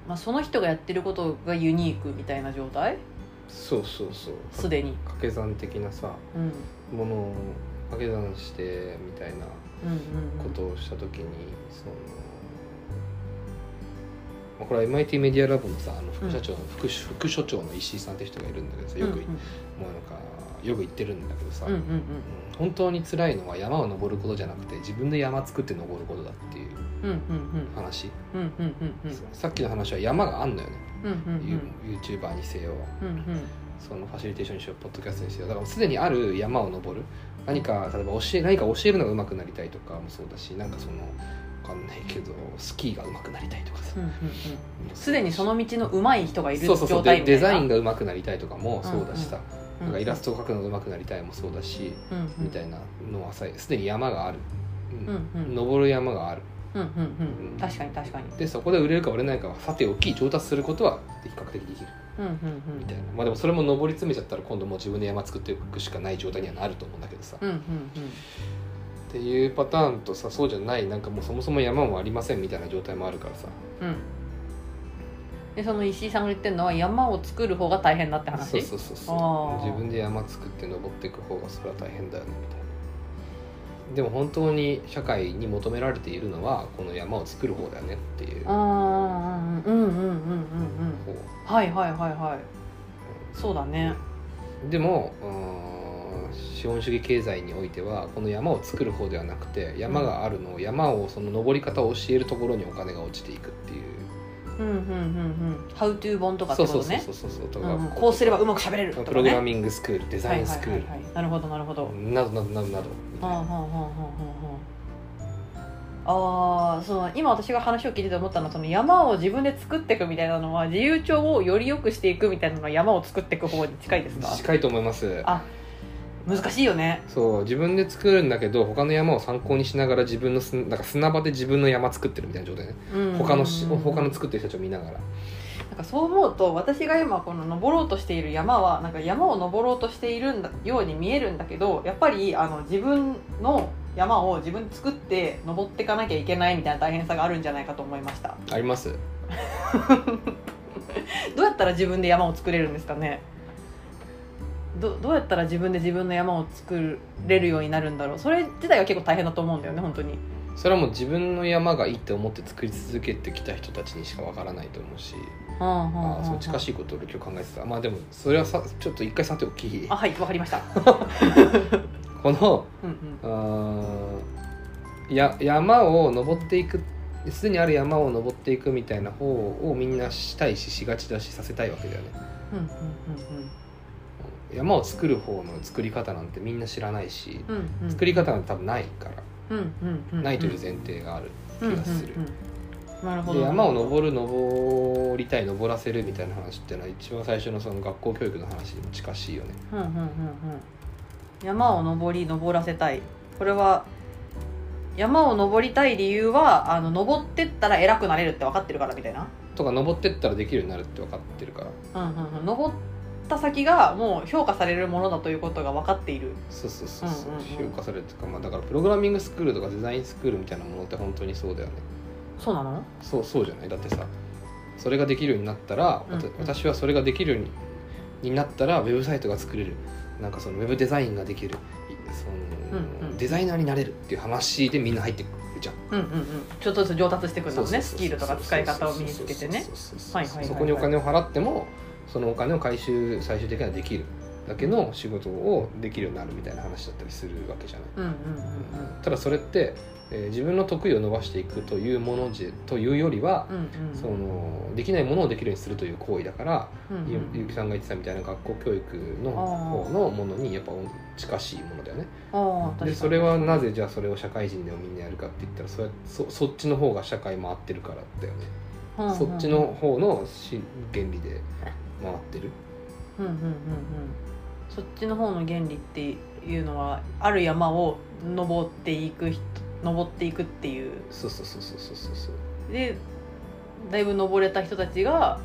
S1: まあ、その人がやってることがユニークみたいな状態
S2: うーんそうそうそう
S1: すでに、
S2: 掛け算的なさ
S1: うん、うん
S2: ものを掛け算してみたいな
S1: うんうん
S2: ことをした時にその、まあ、これは MIT メディアラボのさあの副社長の、副副所長の石井さんって人がいるんだけどさよくい、
S1: うん
S2: もうなんかよく言ってるんだけどさ、
S1: うんうん
S2: うん本当に辛いのは山を登ることじゃなくて自分で山作って登ることだっていう
S1: うんうんうん
S2: 話、
S1: うんうんうんうんうん
S2: さっきの話は山があんのよね、
S1: うんうんうん
S2: ユー YouTuber にせよ
S1: うんうん
S2: そのファシリテーションにしようポッドキャストにせよだからすでにある山を登る何か例えば教え何か教えるのが上手くなりたいとかもそうだしなんかそのわかんないけどスキーが上手くなりたいとかさ
S1: うんうんすでにその道の上手い人がいる
S2: そうそうそ
S1: 状
S2: うで
S1: 態みたいな
S2: デザインが上手くなりたいとかもそうだしさ、
S1: うん
S2: なんかイラストを描くのが上手くなりたいもそうだし、
S1: うんうん
S2: みたいなのはさすでに山がある、うん
S1: うんうん
S2: 登る山がある
S1: うんうんうん確かに確かに
S2: でそこで売れるか売れないかはさておき上達することは比較的できる
S1: うんうん
S2: みたいなまあでもそれも登り詰めちゃったら今度もう自分で山作っていくしかない状態にはなると思うんだけどさ、
S1: うんうんうん
S2: っっていうパターンとさそうじゃないなんかもうそもそも山もありませんみたいな状態もあるからさ
S1: うんでその石井さんが言ってるのは山を作る方が大変だって話
S2: そうそうそうそ
S1: あー
S2: う自分で山作って登っていく方がそれは大変だよねみたいなでも本当に社会に求められているのはこの山を作る方だよねっていう
S1: うん
S2: 方
S1: うんうんうんうんうんうんはいはいはいはいそうだね
S2: でもうーん資本主義経済においてはこの山を作る方ではなくて山があるのを山をその登り方を教えるところにお金が落ちていくっていう
S1: うんうんうんうん「How to 本」とかって
S2: そう
S1: こ
S2: そ
S1: と
S2: うそう
S1: ね
S2: そうそうそうと
S1: う
S2: か
S1: んうんこうすればうまくしゃべれるとか、ね、
S2: プログラミングスクールデザインスクー
S1: はいはいはいはいなるほどなるほど、
S2: ルなどなどなどなどみた
S1: はいあはあ
S2: な
S1: はあはあはああーその今私が話を聞いてて思ったのはその山を自分で作っていくみたいなのは自由帳をより良くしていくみたいなのは山を作っていく方に近いですか
S2: 近いと思います
S1: あ難しいよね
S2: そう自分で作るんだけど他の山を参考にしながら自分のすなんか砂場で自分の山作ってるみたいな状態ね
S1: うん
S2: 他のし他の作ってる人たちを見ながら
S1: なんかそう思うと私が今この登ろうとしている山はなんか山を登ろうとしているんだように見えるんだけどやっぱりあの自分の山を自分で作って登っていかなきゃいけないみたいな大変さがあるんじゃないかと思いました
S2: あります
S1: どうやったら自分で山を作れるんですかねどどうやったら自分で自分の山を作れるようになるんだろうそれ自体が結構大変だと思うんだよね本当に
S2: それはもう自分の山がいいって思って作り続けてきた人たちにしかわからないと思うし、ああそう近
S1: い
S2: しいことを俺今日考えてたまあでもそれはさちょっと一回さておき
S1: あはいわかりました
S2: この
S1: うんうん
S2: あーや山を登っていくすでにある山を登っていくみたいな方をみんなしたいししがちだしさせたいわけだよね
S1: うんうん
S2: 山を作る方の作り方なんてみんな知らないし
S1: うんうんうんうん
S2: 作り方なんて多分ないから、
S1: うんうんうんうん
S2: ないという前提がある
S1: うん
S2: 気がする
S1: うんうんうんなるほど
S2: で山を登る登りたい登らせるみたいな話っていうのは一番最初のその学校教育の話にも近しいよね
S1: うんうんうんうん山を登り登らせたいこれは山を登りたい理由はあの登ってったら偉くなれるって分かってるからみたいな
S2: とか登ってったらできるようになるって分かってるから
S1: うんうんうん登った先がもう評価されるものだということが分かっている
S2: そうそうそうそう,、
S1: うんうんうん
S2: 評価されるとか、まあ、だからプログラミングスクールとかデザインスクールみたいなものって本当にそうだよね
S1: そうなの
S2: そうそうじゃないだってさそれができるようになったら、わた
S1: うんうん
S2: 私はそれができるようにになったらウェブサイトが作れるなんかそのウェブデザインができるいその、
S1: うんうん
S2: デザイナーになれるっていう話でみんな入ってくるじゃん
S1: うんうんうんちょっとずつ上達していくんだ
S2: そう
S1: もん
S2: そう
S1: ね
S2: そ
S1: ス
S2: う
S1: キルとか使い方を身につけてね
S2: そうそうそうそ
S1: は
S2: う
S1: いはいはいはい
S2: そこにお金を払ってもそのお金を回収最終的にはできるだけの仕事をできるようになるみたいな話だったりするわけじゃない、
S1: うんうんうん
S2: ただそれって、えー自分の得意を伸ばしていくというものじというよりは
S1: う、んうんうん
S2: そのできないものをできるようにするという行為だから、
S1: うんうん
S2: ゆゆうきさんが言ってたみたいな学校教育の方のものにやっぱ近しいものだよね
S1: あー確かに
S2: でそれはなぜじゃあそれを社会人でもみんなやるかって言ったらそれそそっちの方が社会回ってるからだよね
S1: うんうんうん
S2: そっちの方のし原理で回ってる
S1: うんうんうんうんそっちの方の原理っていうのはある山を登っていく人登っていくっていう
S2: そうそうそうそうそうそうそう
S1: でだいぶ登れた人たちが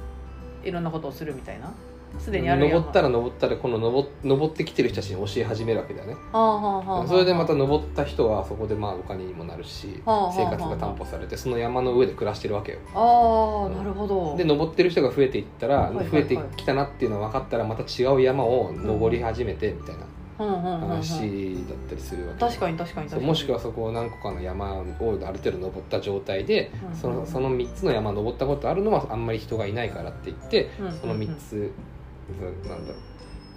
S1: いろんなことをするみたいなすでにある山
S2: 登ったら登ったらこの登登ってきてる人たちに教え始めるわけだよね
S1: はあはあはあはあ
S2: それでまた登った人はそこでまあお金にもなるし
S1: はあはあはあ
S2: 生活が担保されてその山の上で暮らしてるわけよ
S1: ああなるほど
S2: で登ってる人が増えていった
S1: は
S2: ら
S1: いはいはい
S2: 増えてきたなっていうのは分かったらまた違う山を登り始めてみたいな
S1: うんうんうんうん
S2: 話だったりするわけ
S1: 確かに確かに確か
S2: そう
S1: に
S2: もしくはそこを何個かの山をある程度登った状態で
S1: うんうん
S2: そのその3つの山登ったことあるのはあんまり人がいないからって言ってその3つずなんだろ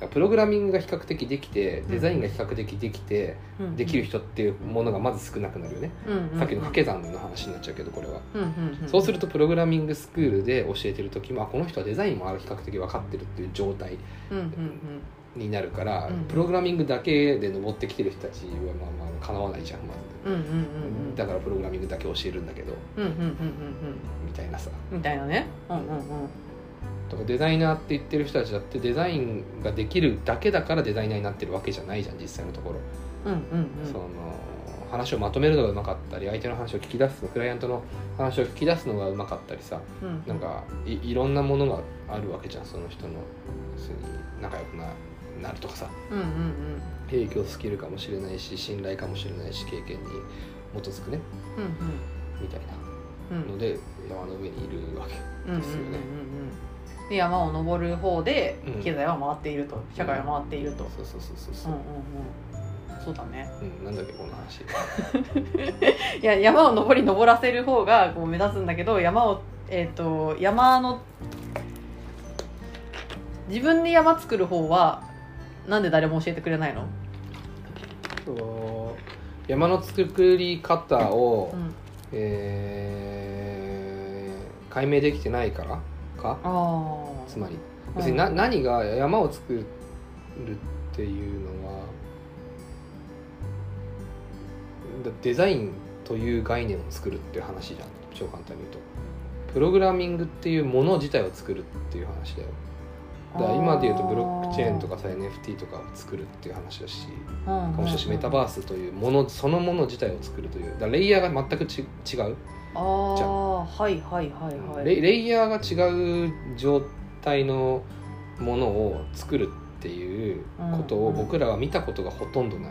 S2: うプログラミングが比較的できてデザインが比較的できてできる
S1: 人
S2: 人っていうものがまず少なくなるよねさっきの掛け算の話になっちゃうけどこれはそうするとプログラミングスクールで教えてる時もあこの人はデザインもある比較的分かってるっていう状態
S1: うんうんうん
S2: になるから
S1: うん
S2: プログラミングだけで登ってきてる人たちはまあまあかなわないじゃんま
S1: う
S2: ず
S1: んうんうんうん
S2: だからプログラミングだけ教えるんだけど
S1: うんうんうんうんうん
S2: みたいなさ
S1: みたいなねうんうんうん
S2: とかデザイナーって言ってる人たちだってデザインができるだけだからデザイナーになってるわけじゃないじゃん実際のところ
S1: うんうんうん
S2: その話をまとめるのがうまかったり相手の話を聞き出すのクライアントの話を聞き出すのがうまかったりさ
S1: うん
S2: なんかいいろんなものがあるわけじゃんその人の要するに仲良くななるとかさ
S1: うんうんうん
S2: い影響スキルかもしれないし信頼かもしれないし経験に基づくね
S1: うん
S2: みたいな
S1: うんうん
S2: ので山の上にいるわけ
S1: うんうんうん
S2: ですよね
S1: うんで山を登る方で
S2: うん
S1: 経済は回っていると、社会は回っていると、
S2: そうそうそうそう
S1: う
S2: そ
S1: んう
S2: うん
S1: うん、そうだね
S2: うんなんだっけこの話
S1: いや山を登り登らせる方がこう目立つんだけど山をえっ、と山の自分で山作る方はなんで誰も教えてくれないの、
S2: そう山の作り方を、
S1: うん、
S2: えー解明できてないからか
S1: あー
S2: つまり別にな何が山を作るっていうのはだデザインという概念を作るっていう話じゃん超簡単に言うとプログラミングっていうもの自体を作るっていう話だよだから今で言うとブロックチェーンと
S1: か
S2: かさ NFT とかを作るっていう話だし
S1: か
S2: かもしれないしメタバースというものそのもの自体を作るというだからレイヤーが全くち違う
S1: あ
S2: じゃ
S1: あはいはいはいはい
S2: レイレイヤーが違う状態のものを作るっていうこと
S1: う
S2: を
S1: ん
S2: 僕らは見たことがほとんどない、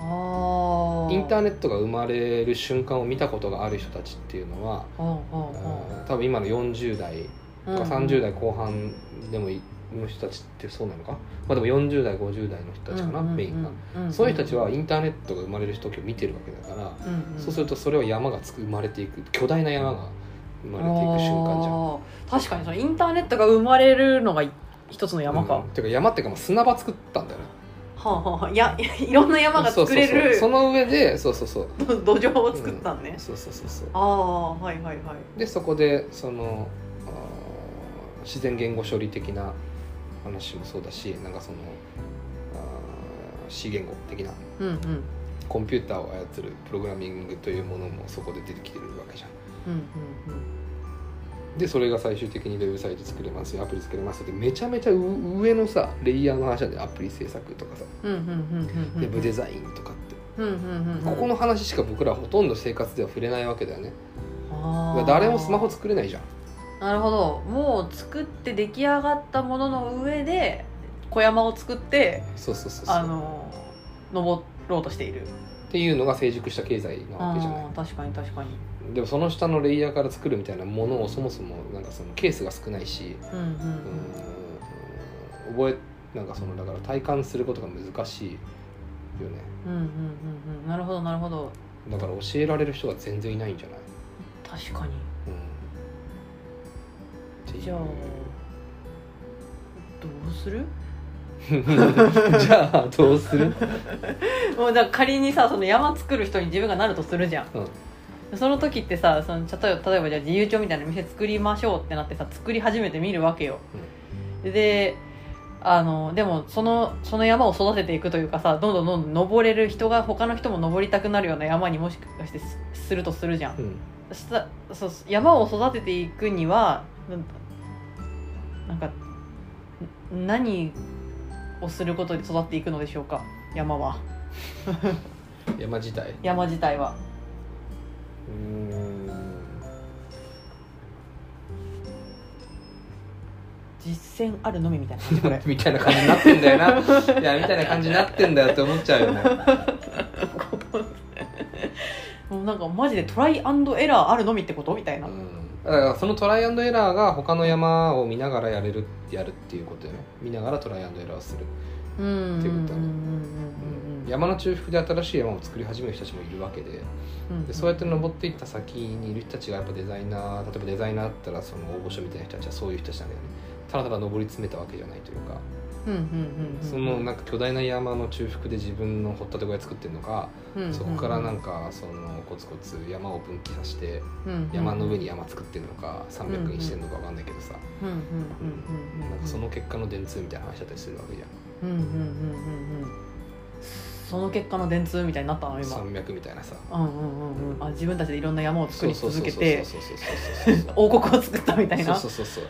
S1: あ
S2: インター
S1: ネ
S2: ネットが生まれる瞬間を見たことがある人たちっていうのは、
S1: ッ
S2: 多分今の40代
S1: ト
S2: とか30代後半でもいの人たちってそうなのか、まあ、でも40代50代の人たちかな、メインが、
S1: が
S2: そういう人たちはインターネットが生まれる時を見てるわけだから、そうする
S1: と
S2: とそれは山がつく生まれていく巨大な山が生まれていく瞬間じゃん
S1: 確かにそのインターネットが生まれるのが一つの山か、
S2: うんてか山っていうかまあ砂場作ったんだよね
S1: はあはあはあいやいやいろんな山が作れる
S2: そうそうそうその上でそうそうそう
S1: ど土壌を作ったんね、
S2: そうそうそうそう
S1: ああはいはいはい
S2: でそこでそのあー自然言語処理的な話もそうだしなんかそのあー C 言語的な
S1: うんうん
S2: コンピューターを操るプログラミングというものもそこで出てきてるわけじゃん
S1: うん
S2: でそれが最終的にウェブサイト作れますよアプリ作れますよってめちゃめちゃう上のさレイヤーの話なんでアプリ制作とかさ
S1: うんうんうんうんうんうん
S2: ウェブデザインとかって
S1: うんうんうんうん
S2: ここの話しか僕らはほとんど生活では触れないわけだよねだ
S1: あー
S2: から誰もスマホ作れないじゃん
S1: なるほどもう作って出来上がったものの上で小山を作って
S2: そうそうそうそう
S1: あの登ろうとしている
S2: っていうのが成熟した経済なわけじゃない
S1: あー確かに確かに、
S2: でもその下のレイヤーから作るみたいなものをそもそもなんかそのケースが少ないし
S1: うんうん
S2: うーん覚えなんかそのだから体感することが難しいよね
S1: うん、うんうんうんうんなるほどなるほど
S2: だから教えられる人が全然いないんじゃない、
S1: 確かに
S2: うん、っていう
S1: じゃあどうする
S2: じゃあどうする
S1: もうだから仮にさその山作る人に自分がなるとするじゃん、
S2: うん
S1: その時ってさその例えば例えばじゃあ自由帳みたいな店作りましょうってなってさ作り始めてみるわけよ、であのでもそのその山を育てていくというかさどんどんどんどん登れる人が他の人も登りたくなるような山にもしかしてすするとするじゃん
S2: う、ん
S1: したそう山を育てていくにはなんなんかん何をすることで育っていくのでしょうか山は
S2: 山自体
S1: 山自体は
S2: うーん
S1: 実践あるのみみたいな感じこれ
S2: みたいな感じになってんだよないやみたいな感じになってんだよって思っちゃうよね
S1: もうなんかマジでトライアンドエラーあるのみってことみたいな、
S2: だからそのトライアンドエラーが他の山を見ながらやれるやるっていうことよね見ながらトライアンドエラーをする、
S1: うんうんうん
S2: って
S1: う
S2: い
S1: ん
S2: うことだ
S1: う
S2: ね
S1: んうん
S2: 山の中腹で新しい山を作り始める人たちもいるわけで
S1: うん
S2: でそうやって登っていった先にいる人たちがやっぱデザイナー例えばデザイナーだったらその応募所みたいな人たちはそういう人たちなんだよねただただ登り詰めたわけじゃないというか
S1: うんうんうんうん
S2: そのなんか巨大な山の中腹で自分の掘ったて小屋作ってるのか
S1: うんうんうん
S2: そこからなんかそのコツコツ山を分岐させて
S1: うんうん
S2: 山の上に山作ってるのか300にしてるのか分かんないけどさ、
S1: うんうんうんうんうん
S2: なんかその結果の電通みたいな話だったりするわけじゃ
S1: うんうんうんうんうんその結果の電通みたいになったの
S2: ん
S1: 今
S2: 山脈みたいなさ
S1: うんうんうんうんあ自分たちでいろんな山を作り
S2: そう
S1: 続
S2: そう
S1: け
S2: そうそう
S1: て
S2: そうそうそうそう
S1: 王国を作ったみたいな
S2: そうそうそうそう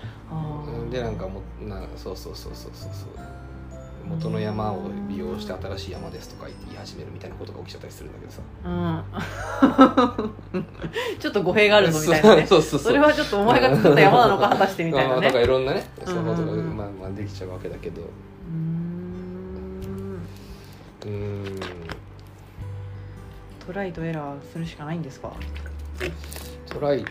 S2: でなんかもなそうそうそうそうそうそう元の山を利用して新しい山ですとか言い始めるみたいなことが起きちゃったりするんだけどさ
S1: あーうん ちょっと語弊があるのみたいなね
S2: そうそうそう
S1: それはちょっとお前が作った山なのか果たしてみたい
S2: あ
S1: な
S2: ーだから
S1: ね
S2: いろんなねそういうことが、
S1: うんうんうん
S2: まあ、まあできちゃうわけだけど
S1: うーん
S2: うーん
S1: トライとエラーするしかないんですか
S2: トライ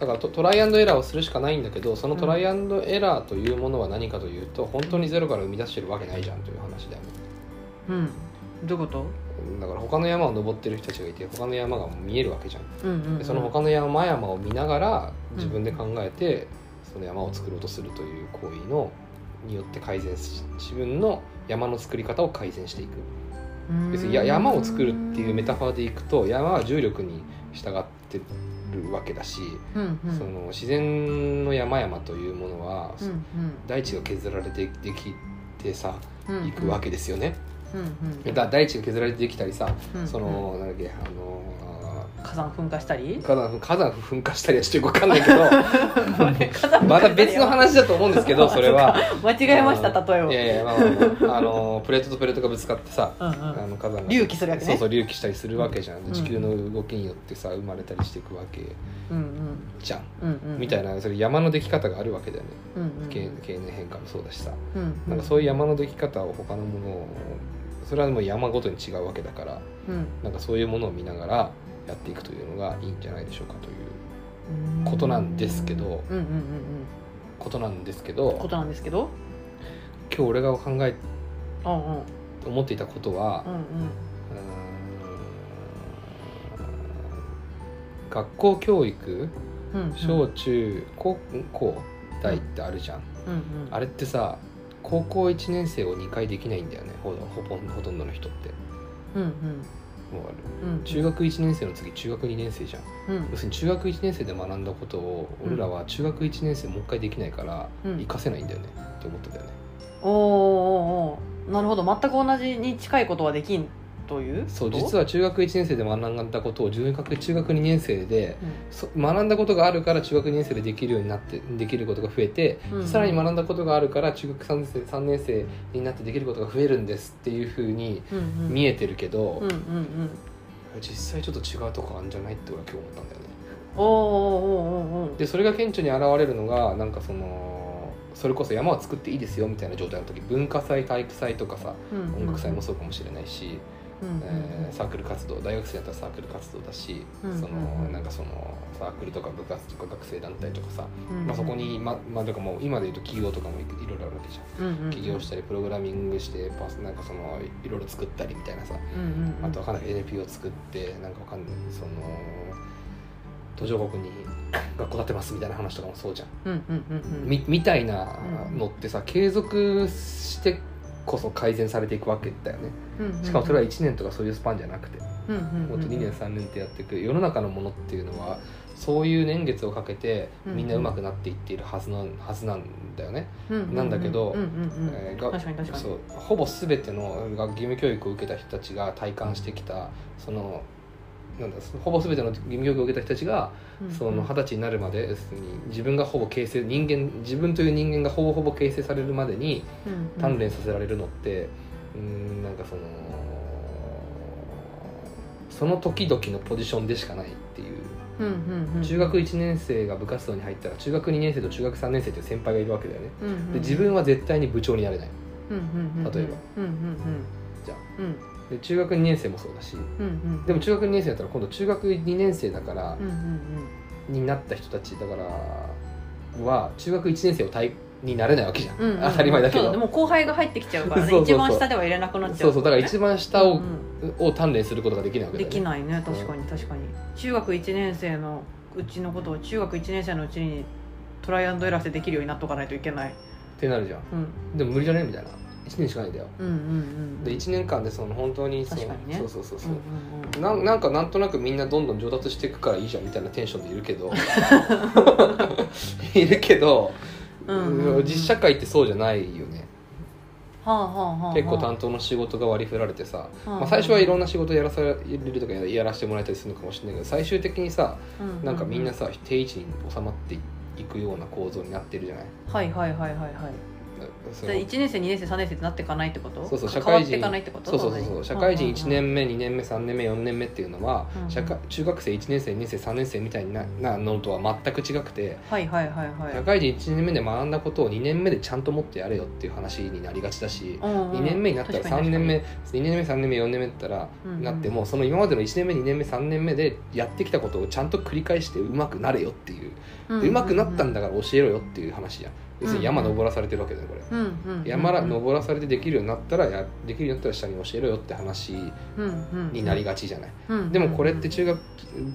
S2: だからトトライアンドエラーをするしかないんだけどそのトライアンドエラーというものは何かというと、本当にゼロから生み出してるわけないじゃんという話だよね
S1: うんどういうこと
S2: だから他の山を登ってる人たちがいて他の山が見えるわけじゃん
S1: うんうん、う
S2: で
S1: ん、
S2: その他の山々を見ながら自分で考えてその山を作ろうとするという行為のによって改善し自分の山の作り方を改善していく別にや山を作るっていうメタファーでいくと山は重力に従ってるわけだし、
S1: うんうん
S2: その自然の山々というものは、
S1: うん
S2: 大地が削られてできてさ
S1: うんうんうん
S2: いくわけですよね。
S1: うんうん
S2: だ大地が削られてできたりさ
S1: うんうん
S2: そのなんだっけあのー
S1: 火山噴火したり
S2: 火山火山噴火したりはしてるか分かんないけど また別の話だと思うんです けどそれは
S1: 間違えました例えを
S2: いやいや、まあまあまああのプレートとプレートがぶつかってさ
S1: うん
S2: あの火山が
S1: 隆起するわけね
S2: そうそう隆起したりするわけじゃん
S1: う
S2: で
S1: ん
S2: 地球の動きによってさ生まれたりしていくわけ
S1: うんうん
S2: じゃん
S1: うんうんうん
S2: みたいなそれ山のでき方があるわけだよね
S1: うんうん
S2: 経経年変化もそうだしさ
S1: うん
S2: なんかそういう山のでき方を他のものをそれはもう山ごとに違うわけだから
S1: うん
S2: なんかそういうものを見ながらやっていくというのがいいんじゃないでしょうかということなんですけど
S1: うんうんうん
S2: ことなんですけ
S1: うんこ
S2: ど
S1: となんですけど
S2: 今日俺が考
S1: う
S2: え
S1: んうんうん
S2: 思っていたことは
S1: う、ん
S2: うーん学校教育
S1: うんうん
S2: 小中高高大ってあるじゃん、
S1: うんうん
S2: あれってさ高校1年生を2回できないんだよねほほぼほとんどの人って
S1: うんうん
S2: もうある
S1: うん
S2: 中学1年生の次中学2年生じゃん
S1: うん
S2: 要するに中学1年生で学んだことを
S1: うん
S2: 俺らは中学1年生もう一回できないから
S1: うん
S2: 活かせないんだよねって思ったんだよね
S1: おーおーおーなるほど全く同じに近いことはできんという
S2: そう実
S1: は
S2: は中学1年生で学んだことを中学中学2年生でそ学んだことがあるから中学2年生でできるようになってできることが増えて、
S1: うん
S2: さらに学んだことがあるから中学3年生 ,3 年生になってできることが増えるんですっていうふうに
S1: うんうん
S2: 見えてるけど、
S1: うんうんうん
S2: 実際ちょっと違うとこあるんじゃないって俺は今日思ったんだよね。
S1: おーおーおーおーおー
S2: でそれが顕著に現れるのがなんかそのそれこそ山を作っていいですよみたいな状態の時文化祭体育祭とかさ
S1: うんうん
S2: 音楽祭もそうかもしれないし、
S1: うんうん
S2: えーサークル活動大学生だったらサークル活動だし、
S1: うん
S2: そ
S1: うん
S2: の
S1: うん
S2: なんかそのサークルとか部活とか学生団体とかさ、
S1: うんうん
S2: まあ、そこに、ままあ、だからもう今で言うと企業とかもいいろいろあるわけじゃん起業したりプログラミングしてパスなんかそのいろいろ作ったりみたいなさ
S1: うんうんうん
S2: あとわかんない NPO 作ってなんかわかんないその途上国に学校建てますみたいな話とかもそうじゃん、
S1: うんうんうんうん
S2: みみたいな
S1: うん
S2: のってさ継続してこそ改善されていくわけだよね
S1: うんうん
S2: しかもそれは1年とかそういうスパンじゃなくて
S1: うんうんうん
S2: もっと2年3年ってやっていく世の中のものっていうのはそういう年月をかけてみんな上手くなっていっているはずなんはずなんだよね、
S1: ううう
S2: なんだけど
S1: うんうんうん
S2: えーが
S1: 確かに確かに
S2: そうほぼ全てのが義務教育を受けた人たちが体感してきたそのなんだほぼ全ての義務教育を受けた人たちが
S1: うん
S2: その二十歳になるまで要するに自分がほぼ形成人間自分という人間がほぼほぼ形成されるまでに
S1: うんうん
S2: 鍛錬させられるのってうーんなんかそのその時々のポジションでしかないっていう
S1: うんうんうん
S2: 中学1年生が部活動に入ったら中学2年生と中学3年生っていう先輩がいるわけだよね
S1: うんうん
S2: で自分は絶対に部長になれない
S1: うんうんうん
S2: 例えば
S1: うんうんうん
S2: じゃあ
S1: うん
S2: で中学2年生もそうだし
S1: うんうん
S2: でも中学2年生だったら今度中学2年生だから
S1: うんうんうん
S2: になった人たちだからは中学1年生を対になれないわけじゃん、
S1: うんうん
S2: 当たり前だけ
S1: そう
S2: ど
S1: ねもう後輩が入ってきちゃうからね
S2: そうそうそう
S1: 一番下では入れなくなっちゃ
S2: そう
S1: う
S2: そうだから一番下を,、
S1: うん
S2: を鍛錬することができないわ
S1: うん
S2: けだ
S1: でき
S2: よね
S1: ないね確かに確かに中学1年生のうちのことを中学1年生のうちにトライアンドエラーしてできるようになっとかないといけない
S2: ってなるじゃん
S1: うん
S2: でも無理じゃねみたいな1年しかないんだよ
S1: うんうんうん
S2: で1年間でその本当にその
S1: 確かにね、
S2: そうそうそうそうう
S1: う
S2: ん
S1: んうん
S2: なんなんかなんとなくみんなどんどん上達していくからいいじゃんみたいなテンションでいる けどいるけど、
S1: うんうんうん
S2: 実社会ってそうじゃないよね
S1: はあはあはあはあ
S2: 結構担当の仕事が割り振られてさ、
S1: うんうん
S2: まあ、最初はいろんな仕事やらされるとかややらせてもらえたりするのかもしれないけど最終的にさ
S1: ううう
S2: なんかみんなさ定位置に収まっていくような構造になってるじゃない
S1: はいはいはいはいはい
S2: そ
S1: じゃ
S2: の
S1: あ1年生2年生3年生ってなっていかないってこと
S2: そうそう社
S1: 変
S2: 会
S1: わ
S2: 人
S1: っていかないってこと
S2: そうそうそうそう社会人1
S1: 目
S2: 年目2年目3年目4年目っていうのは、
S1: うんうん
S2: 社会中学生1年生2年生3年生みたいななのとは全く違くて
S1: はいはいはいはい
S2: 社会人1年目で学んだことを2年目でちゃんと持ってやれよっていう話になりがちだし、
S1: 2
S2: 2年目になったら3年目2年目3年目4年目だったら、
S1: うんうん
S2: なってもその今までの1年目2年目3年目でやってきたことをちゃんと繰り返してうまくなれよっていう
S1: う
S2: うまくなったん
S1: だ
S2: だから教えろよっていう話じゃん別に山登らされてるわけだよこれ、山ら登らされてできるようになったらやできるようになったら下に教えろよって話に
S1: に
S2: なりがちじゃない、
S1: うん
S2: でもこれって中学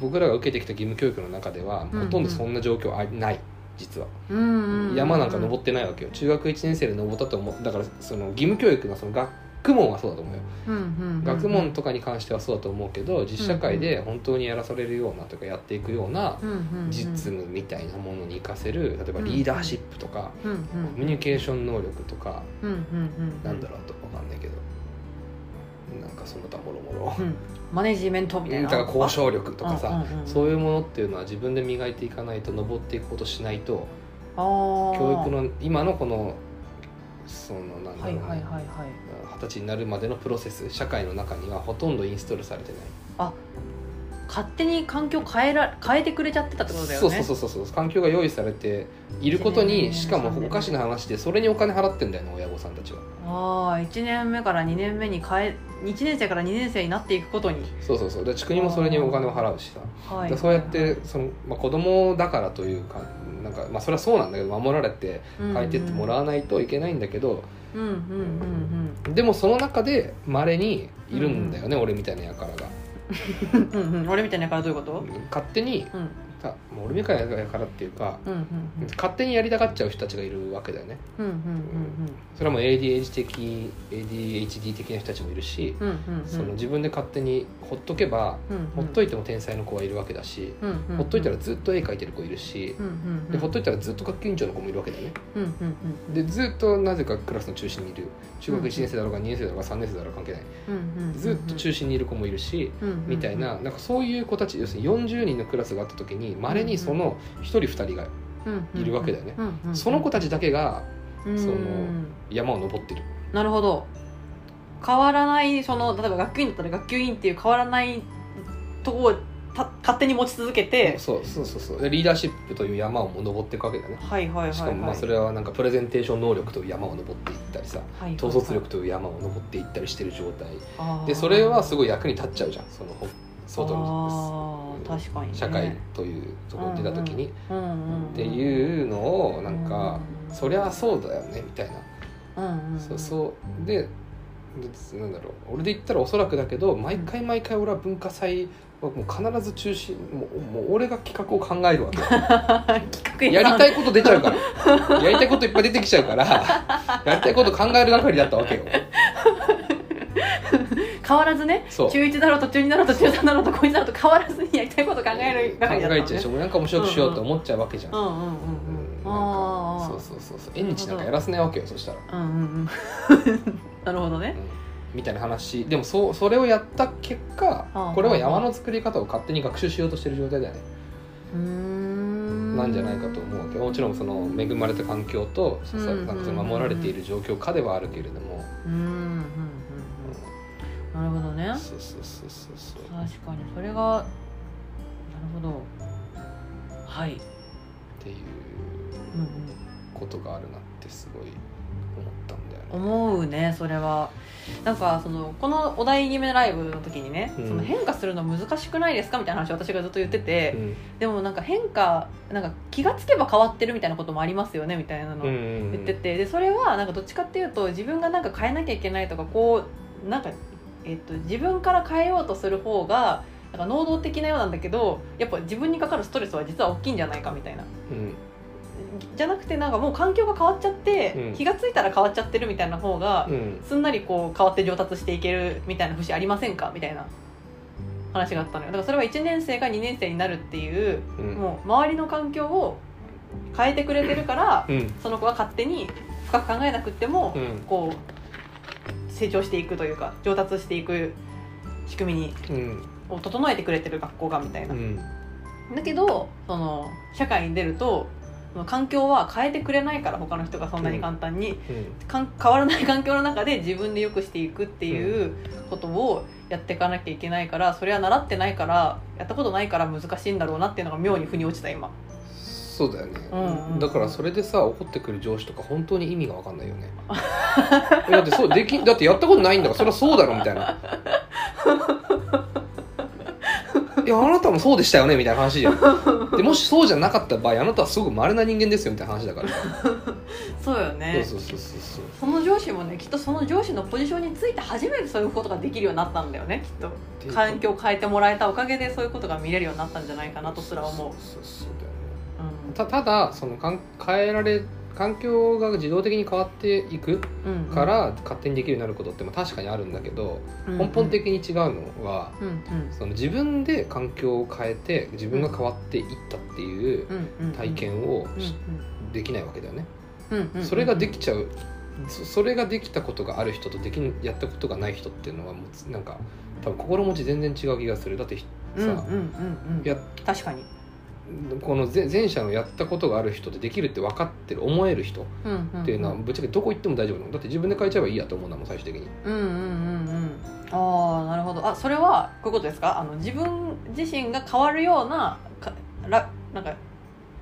S2: 僕らが受けてきた義務教育の中では
S1: うん
S2: ほとんどそんな状況あない実は、山
S1: 山
S2: なんか登ってないわけよ中学1年生で登ったと思うだからその義務教育のその学問はそうだと思うよ学問とかに関してはそうだと思うけど実社会で本当にやらされるようなとかやっていくような実務みたいなものに活かせる例えばリーダーシップとかコミュニケーション能力とかなんだろうあとわかんないけどなんかその他もろもろ
S1: うんマネジメントみたい
S2: だ
S1: な
S2: から交渉力とかさそう
S1: いう
S2: いうものっていうのは自分で磨いていかないと登っていくことしないと教
S1: 教
S2: 育の今のこのそのなんだ
S1: は
S2: ろう
S1: い
S2: ね
S1: はいはいはい
S2: 二十歳になるまでのプロセス社会の中にはほとんどインストールされてない
S1: 勝手に環境変えら変えてくれちゃってたってことだよ
S2: そ
S1: ね
S2: うそうそうそうそう環境が用意されていること
S1: 1年
S2: にしかも
S1: 目
S2: おかしな話でそれにお金払ってんだよね親御さんたちは
S1: ああ1年目から2年目に変え1年生から2年生になっていくことに、
S2: そうそうそうで国もそれにお金を払うしさ
S1: は
S2: でそうやってその、まあ、子供だからというかなんか、まあ、それはそうなんだけど守られて変えてってもらわないといけないんだけど、
S1: うんうんうんうん
S2: でもその中でまれにいるんだよね、俺みたいなやからが
S1: うんうんうん俺みたいなやからどういうこと
S2: 勝手に
S1: うん
S2: たもう俺みたいなやからっていうか
S1: うんうん
S2: 勝手にやりたがっちゃう人たちがいるわけだよね
S1: うんうん
S2: それはもう ADHD 的 ADHD 的な人たちもいるし、
S1: うんうんうんうんうん
S2: その自分で勝手にほっとけば、
S1: うん
S2: ほっといても天才の子はいるわけだし、
S1: うんうんうん
S2: ほっといたらずっと絵描いてる子いるし、
S1: うんうんうん
S2: でほっといたらずっと学級委員長の子もいるわけだよね
S1: うんうん
S2: でずっとなぜかクラスの中心にいる中学1年生だろうが2年生だろうが3年生だろうが関係ない
S1: うんうんうん
S2: ずっと中心にいる子もいるし、
S1: うんうんうん
S2: みたいななんかそういう子たち要するに40人のクラスがあった時にまれにその1人2人がいるわけだよね
S1: うんうんうん
S2: その子たちだけが
S1: うん
S2: その山を登ってる
S1: なるほど変わらないその例えば学級委員だったら学級委員っていう変わらないとこをた勝手に持ち続けて
S2: そうそうそうそうでリーダーシップという山を登っていくわけだよね
S1: はいはいはい、はい、
S2: しかもまあそれはなんかプレゼンテーション能力という山を登っていったりさ
S1: はいはいはい
S2: 統率力という山を登っていったりしてる状態
S1: あー
S2: でそれはすごい役に立っちゃうじゃんそのほ外の
S1: あー確かに、ね、
S2: 社会というところに出た時に、
S1: うんうんうん
S2: っていうのをなんか、そりゃそうだよねみたいな、
S1: うんうんうん、
S2: そうそうででなんだろう俺で言ったらおそらくだけど毎回毎回俺は文化祭はもう必ず中心もうもう俺が企画を考える わ け
S1: 企画
S2: や
S1: 屋
S2: り
S1: さん
S2: たいこと出ちゃうから。やりたいこといっぱい出てきちゃうから、やりたいこと考える係だったわけよ。
S1: 変わらずね
S2: そう。考
S1: 中1だろうと中2だろうと中3だろうと高1だろうと変わらずにやりたいこと考えるばかりだったの
S2: えちゃうし、俺なんか面白くしようと思っちゃうわけじゃん。
S1: うんうん
S2: うん
S1: うんうん
S2: なん
S1: あ
S2: か
S1: あ
S2: そうそうそうそう。縁日なんかやらせないわけよ、そしたら。
S1: うんうんうん なるほど
S2: う
S1: ね
S2: んみたいな話でもそうそれをやった結果
S1: ああ
S2: これは山の作り方を勝手に学習しようとしてる状態だよね
S1: うーん
S2: なんじゃないかと思うわけもちろんその恵まれた環境とさ
S1: うんうんうんうん
S2: なんかその守られている状況下ではあるけれども、
S1: うんうんうんうんなるほどね
S2: うんそうそうそうそうそう
S1: 確かにそれがなるほどはい、
S2: っていう
S1: うんうん、
S2: ことがあるなってすごい思ったんだよね。
S1: 思うねそれはなんかそのこのお題決めライブの時にね、
S2: うん
S1: その変化するの難しくないですかみたいな話を私がずっと言ってて、
S2: うん
S1: でもなんか変化なんか気がつけば変わってるみたいなこともありますよねみたいなのを
S2: う
S1: 言
S2: んうんうん
S1: っててでそれはなんかどっちかっていうと自分がなんか変えなきゃいけないとかこうなんか、えっと、自分から変えようとする方がなんか能動的なようなんだけどやっぱ自分にかかるストレスは実は大きいんじゃないかみたいな
S2: うん
S1: じゃなくてなんかもう環境が変わっちゃって、
S2: うん
S1: 気がついたら変わっちゃってるみたいな方が
S2: うん
S1: すんなりこう変わって上達していけるみたいな節ありませんかみたいな話があったのよだからそれは1年生が2年生になるっていう
S2: うん
S1: もう周りの環境を変えてくれてるから
S2: うん
S1: その子は勝手に深く考えなくっても
S2: うん
S1: こう成長していくというか上達していく仕組みに
S2: うん
S1: を整えてくれてる学校がみたいな
S2: う。ん
S1: だけどその社会に出ると環境は変えてくれないから他の人がそんなに簡単に、
S2: うん
S1: かん変わらない環境の中で自分で良くしていくっていうことをやっていかなきゃいけないからそれは習ってないからやったことないから難しいんだろうなっていうのが妙に腑に落ちた今
S2: そうだよね、
S1: うんうん
S2: だからそれでさ怒ってくる上司とか本当に意味が分かんないよねえだってそうできだってやったことないんだからそれはそうだろみたいないやあなたもそうでしたよねみたいな話じゃんでもしそうじゃなかった場合あなたはすごく稀な人間ですよみたいな話だから、
S1: そうよね
S2: そうそうそうそうそう
S1: その上司もねきっとその上司のポジションについて初めてそういうことができるようになったんだよねきっと
S2: っていう
S1: 環境を変えてもらえたおかげでそういうことが見れるようになったんじゃないかなとすら思う、
S2: そうそうそうだよね
S1: う
S2: たただそのかん変えられ環境が自動的に変わっていく
S1: んうん、
S2: から勝手にできるようになることってまあ確かにあるんだけど、
S1: うんうん
S2: 根本的に違うのは
S1: うんうん
S2: その自分で環境を変えて自分が変わっていったっていう
S1: うんうんうん
S2: 体験を
S1: うん
S2: しできないわけだよね。
S1: うんうんうんうん
S2: それができちゃうそそれができたことがある人とできんやったことがない人っていうのはもうつなんか多分心持ち全然違う気がするだってひ
S1: うんうんう
S2: さ、
S1: んうん
S2: や
S1: 確かに
S2: この前前者のやったことがある人でできるって分かってる思える人っ
S1: って
S2: いうのはぶっちゃけどこ行っても大丈夫なのだって自分で変えちゃえばいいやと思うなもん最終的に
S1: うんうんうんうんああなるほどあそれはこういうことですかあの自分自身が変わるようなからなんか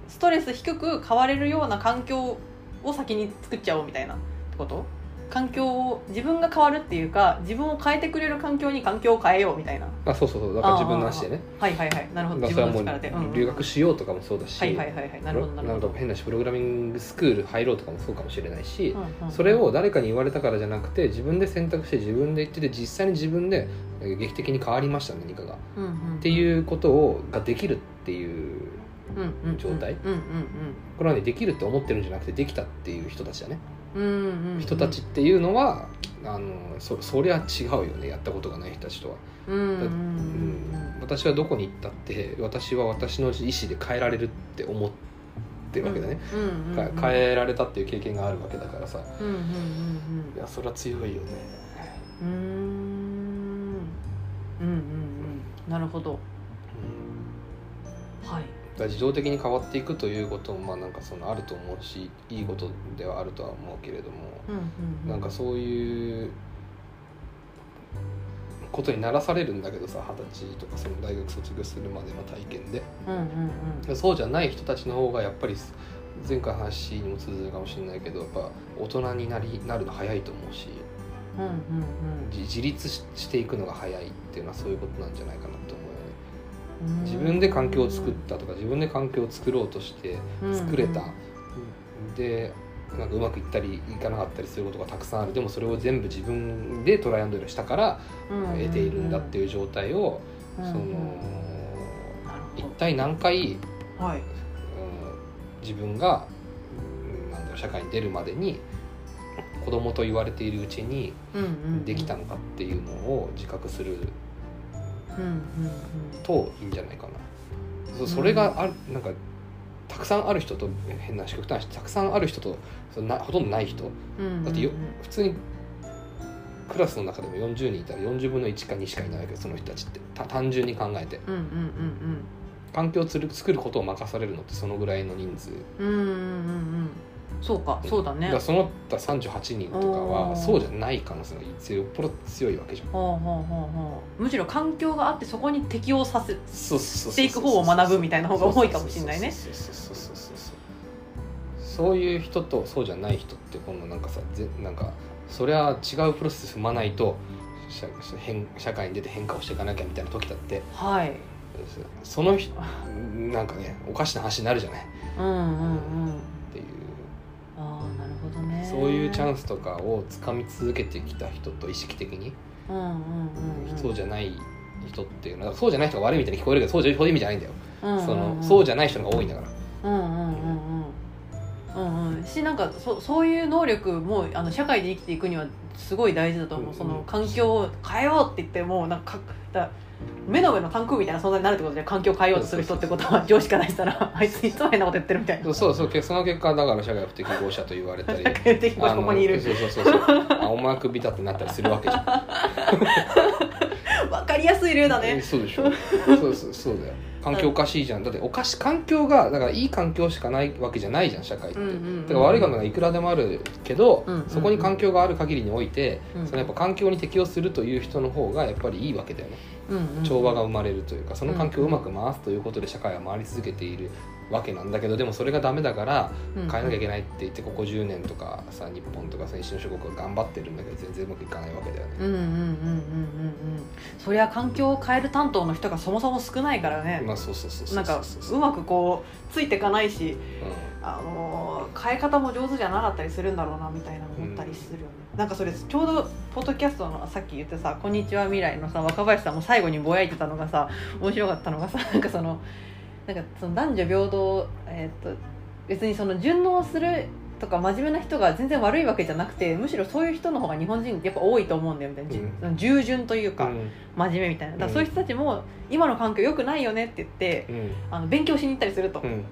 S1: ストレス低く変われるような環境を先に作っちゃおうみたいなってこと環境を自分が変わるっていうか自分を変えてくれる環境に環境を変えようみたいな
S2: あそうそうそうだから自分の足でね
S1: はいはいはいなるほど
S2: だから
S1: 自分
S2: それは
S1: の力
S2: も
S1: で、うんう
S2: うん留学しようとかもそうだし
S1: はいはいはいはいなるほどなる
S2: な
S1: ほ
S2: んか
S1: ど、
S2: 変なしプログラミングスクール入ろうとかもそうかもしれないし
S1: うんうんうん
S2: それを誰かに言われたからじゃなくて自分で選択して自分で言ってて実際に自分でえー劇的に変わりました何かがっ
S1: うんうん
S2: ていうことをができるっていう
S1: うんうんうん
S2: 状態
S1: うんうん
S2: これはねできるって思ってるんじゃなくてできたっていう人たちだね
S1: うんうんうんうん
S2: 人たちっていうのはあのそそりゃ違うよねやったことがない人たちとは
S1: うんうんうん
S2: うん私はどこに行ったって私は私の意思で変えられるって思ってるわけだね、
S1: うんうんうん
S2: か変えられたっていう経験があるわけだからさ
S1: うんうんうん
S2: いやそれは強いよね
S1: うんうーんうんうんうんなるほどはい
S2: だから自動的に変わっていくということもまあなんかそのあると思うしいいことではあるとは思うけれども
S1: うんうんう
S2: なんかそういうことにならされるんだけどさ二十歳とかその大学卒業するまでの体験で
S1: うんうん
S2: そうじゃない人たちの方がやっぱり前回の話にも通ずるかもしれないけどやっぱ大人になりなるの早いと思うし
S1: うんうんうん
S2: 自自立ししていくのが早いっていうのはそういうことなんじゃないかなと思うよね
S1: うんうん
S2: 自分で環境を作ったとか自分で環境を作ろうとして作れた、でなんかうまくいったりいかなかったりすることがたくさんあるでもそれを全部自分でトライアンドエラーしたから得ているんだって
S1: い
S2: いう状態を
S1: う
S2: そ
S1: んうん
S2: の
S1: なる
S2: 一体何回
S1: ほどはい
S2: うん自分がうんなんだろう社会に出るまでに子供と言われているうちに
S1: うんうん
S2: できたのかっていうのを自覚する
S1: うんうん
S2: といいんじゃないかなそそれがあるなんかたくさんある人と変な話極端な話たくさんある人とそのなほとんどない人
S1: うんうん
S2: だってよ普通にクラスの中でも40人いたら40分の1か2しかいないわけですその人たちってた単純に考えて
S1: うんうんうん
S2: 環境をつる作ることを任されるのってそのぐらいの人数
S1: うんうんうんうんうんそうかそうだ
S2: だ
S1: ね
S2: からその他38人とか
S1: おー
S2: はそうじゃない可能性が強いよっぽど強いわけじゃん
S1: ほうほうほうほうむしろ環境があってそこに適応させ
S2: そうそうそうそう
S1: していく方を学ぶみたいな方が多いかもしれないね
S2: そうそうそうそうそうそうそういう人とそうじゃない人って今度なんかさぜなんかそりゃ違うプロセス踏まないと社変社会に出て変化をしていかなきゃみたいな時だって
S1: はい
S2: その人なんかねおかしな話になるじゃないっ
S1: うんうんうん
S2: ていう
S1: ああなるほどね
S2: そういうチャン
S1: ス、
S2: スとかをつかみ続けてきた人と意識的に
S1: うんうんうんうん、
S2: そうじゃない人っていうのはそうじゃない人が悪いみたいに聞こえるけどそうじゃそういう意味じゃないんだよ
S1: うんうんうん、
S2: そのそうじゃない人が多いんだから
S1: うんうんうんうんうんうんしなんかそそういう能力もあの社会で生きていくにはすごい大事だと思う、
S2: うん
S1: その環境を変えようって言ってもうなんかかだ目の上のタンクみたいな存在になるってことで環境を変えようとする人ってことは上司からしたらあいついつも変なこと言ってるみたいな
S2: そうそうけその結果だから社会不適合者と言われ たり
S1: 社会的にここにいる
S2: そうそうそうそうあお前首だってなったりするわ けじゃん
S1: わかりやすい例だね
S2: そうでしょそうそうそうだよ環境おかしいじゃんだっておかし環境がだからいい環境しかないわけじゃないじゃん社会って、
S1: うんうんうん
S2: だから悪いことがいくらでもあるけど、
S1: うんうんうん
S2: そこに環境がある限りにおいて、
S1: うん
S2: そのやっぱ環境に適応するという人の方がやっぱりいいわけだよね、
S1: うんうん
S2: 調和が生まれるというかその環境をうまく回すということで社会は回り続けているわけなんだけどでもそれがダメだから
S1: 変
S2: 変えなきゃいけないって言ってここ10年とかさ日本とか先進諸国は頑張ってるんだけど全然うまくいかないわけだよね。
S1: うんうんうんうんうんうんうんそりゃ環境を変える担当の人がそもそも少ないからね、
S2: まあそうそうそうそう
S1: なんか
S2: そう
S1: う
S2: そう
S1: まくこうついていかないし、
S2: う
S1: あのー変え方も上手じゃなかったりするんだろうなみたいな思ったりするよね、なんかそれちょうどポッドキャストのさっき言ってさ「こんにちは未来」のさ若林さんも最後にぼやいてたのがさ面白かったのがさ なんかそのなんかその男女平等、えーっと別にその順応するとか真面目な人が全然悪いわけじゃなくてむしろそういう人の方が日本人やっぱ多いと思うんだよみたいなじゅ、従順というか、
S2: ん
S1: 真面目みたいなだからそういう人たちも今の環境良くないよねって言って
S2: うん
S1: あの勉強しに行ったりすると
S2: う。ん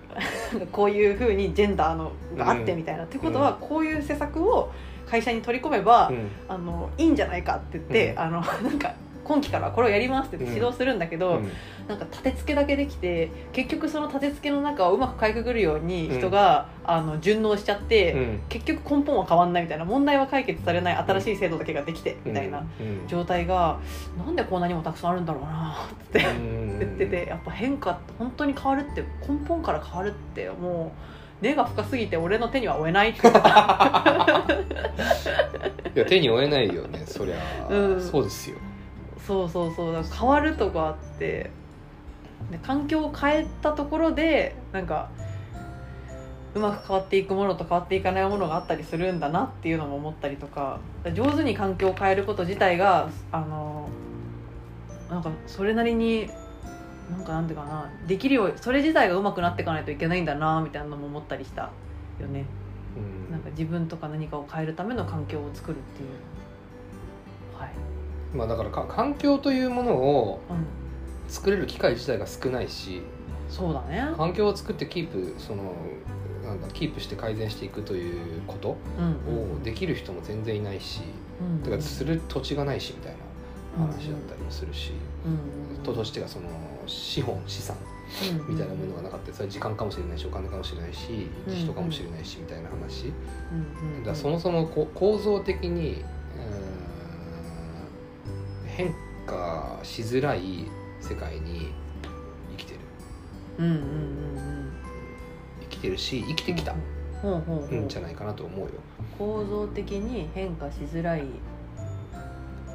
S1: こういうふうにジェンダーのがあってみたいな、ってことは
S2: う
S1: こういう施策を会社に取り込めば、
S2: うん
S1: あのいいんじゃないかって言って、
S2: うん
S1: あのなんか今期からはこれをやりますって言って指導するんだけど、
S2: うん
S1: なんか立て付けだけできて結局その立て付けの中をうまくかいくぐるように人が、あの順応しちゃって、
S2: うん
S1: 結局根本は変わんないみたいな問題は解決されない新しい制度だけができてみたいな
S2: うん
S1: 状態がなんでこんなにもたくさんあるんだろうなって
S2: うん
S1: 言っててやっぱ変化って本当に変わるって根本から変わるってもう根が深すぎて俺の手には負えないって言ってた
S2: いや手に負えないよねそりゃ、
S1: うん
S2: そうですよ
S1: そうそうそうだから変わるとこあってで環境を変えたところでなんかうまく変わっていくものと変わっていかないものがあったりするんだなっていうのも思ったりとか上手に環境を変えること自体があのなんかそれなりになんかなんていうかなできるようそれ自体がうまくなっていかないといけないんだなみたいなのも思ったりしたよね。
S2: うん
S1: なんか自分とか何かを変えるための環境を作るっていう。はい。
S2: まあだからか環境というものを
S1: うん。
S2: 作れる機会自体が少ないし
S1: そうだね。
S2: 環境を作ってキープそのなんだキープして改善していくということ
S1: うん。
S2: をできる人も全然いないし、
S1: うん。
S2: だからする土地がないしみたいな話だったりもするし、
S1: うん。
S2: と土地っていうかその資本資産みたいなものがなかったりそれは時間かもしれないしお金かもしれないし
S1: うん
S2: 人かもしれないしみたいな話、
S1: うん。うん。
S2: だからそもそもこう構造的にうーん変化しづらい世界に生きてる
S1: うん。うん。うん。うん。
S2: 生きてるし生きてきた
S1: ほうほうほ
S2: ん
S1: う
S2: じゃないかなと思うよ
S1: 構造的に変化しづらい。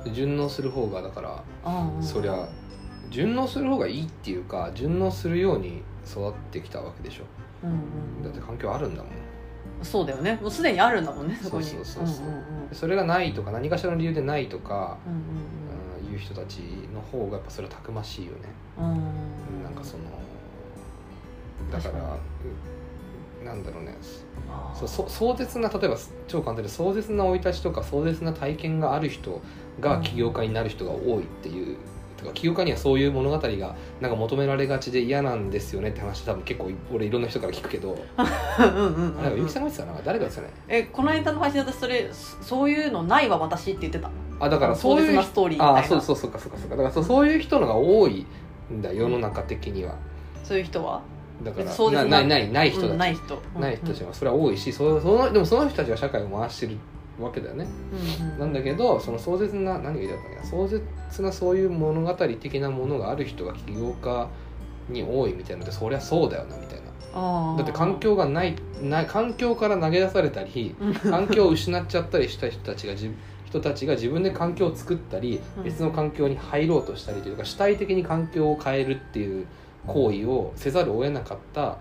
S2: で順応する方がだから
S1: ああ。
S2: そりゃ順応する方がいいっていうか順応するように育ってきたわけでしょ
S1: うん。うん。う
S2: だって
S1: ん。
S2: 環境あるんだもん
S1: そうだよね。もうすでにあるんだもんね。そこに。
S2: そうそうそうそうん
S1: うんうん。
S2: それがないとか何かしらの理由でないとか
S1: うん
S2: うんいう人たちの方がやっぱそれはたくましいよね
S1: うんうん。
S2: なんかそのだ
S1: 確か
S2: か
S1: らに
S2: うんなんだろうね
S1: ああ
S2: そうそう壮絶な例えば超簡単で壮絶な生い立ちとか壮絶な体験がある人
S1: う
S2: が
S1: ん
S2: 起業家になる人が多いっていう。とか起業家にはそういう物語がなんか求められがちで嫌なんですよねって話多分結構俺いろんな人から聞くけど
S1: うんうんうんうん。
S2: なんかゆきさんが言ってたな誰かですよね
S1: えこの間の配信私それそそういうのないわ私って言ってた
S2: あだからそうい
S1: 壮
S2: う
S1: 絶なストーリーみたい
S2: あ
S1: な
S2: あそうそうそうかそうかそうかだからそうそういう人のが多いんだ世の中的には
S1: そういう人は
S2: だから
S1: 壮絶
S2: な
S1: な
S2: ないないない人
S1: う
S2: だ
S1: んない人
S2: ない人たちはそれは多いしそそのでもその人たちが社会を回してるわけだよね
S1: うんうん
S2: なんだけどその壮絶な何が言いたかったんだっけな壮絶なそういう物語的なものがある人が起業家に多いみたいなのってそりゃそうだよなみたいな
S1: あー
S2: だって環境がないない環境から投げ出され たり
S1: うん
S2: 環境を失っちゃったりした人たちが自人たちが自分で環境を作ったり
S1: うん
S2: 別の環境に入ろうとしたりというか主体的に環境を変えるっていう行為をせざるを得なかった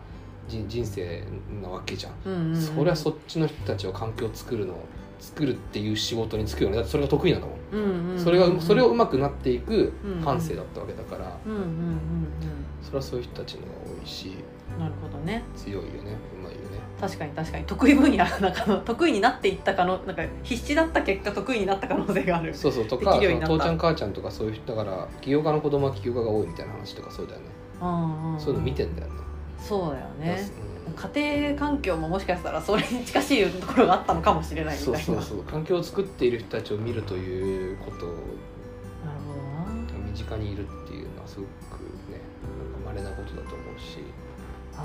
S2: 人人生なわけじゃん。
S1: うんうんうん
S2: そりゃそっちの人たちを環境を作るの作るっていう仕事に就くよねだってそれが得意なんだもん,、
S1: うんうんうんうん
S2: それがそれをうまくなっていく感性だったわけだから、
S1: うんうんうん
S2: それはそういう人たちのが多いし
S1: うんなるほどね
S2: 強いよねうまいよね
S1: 確かに確かに得意分野なんかの得意になっていったかのなんか必死だった結果得意になった可能性がある
S2: そうそうと
S1: で
S2: か
S1: きるようになった
S2: その父ちゃん母ちゃんとかそういう人だから起業家の子供は起業家が多いみたいな話とかそうだよね、
S1: うんんん
S2: そういうの見てんだよね
S1: そうだよ
S2: だか
S1: ね
S2: ら
S1: 家庭環境ももしかしたらそれに近しいところがあったのかもしれないみたい
S2: そう
S1: な
S2: そうそう環境を作っている人たちを見るということを
S1: なるほどな
S2: 身近にいるっていうのはすごくねなんか稀なこことだと思うし
S1: あ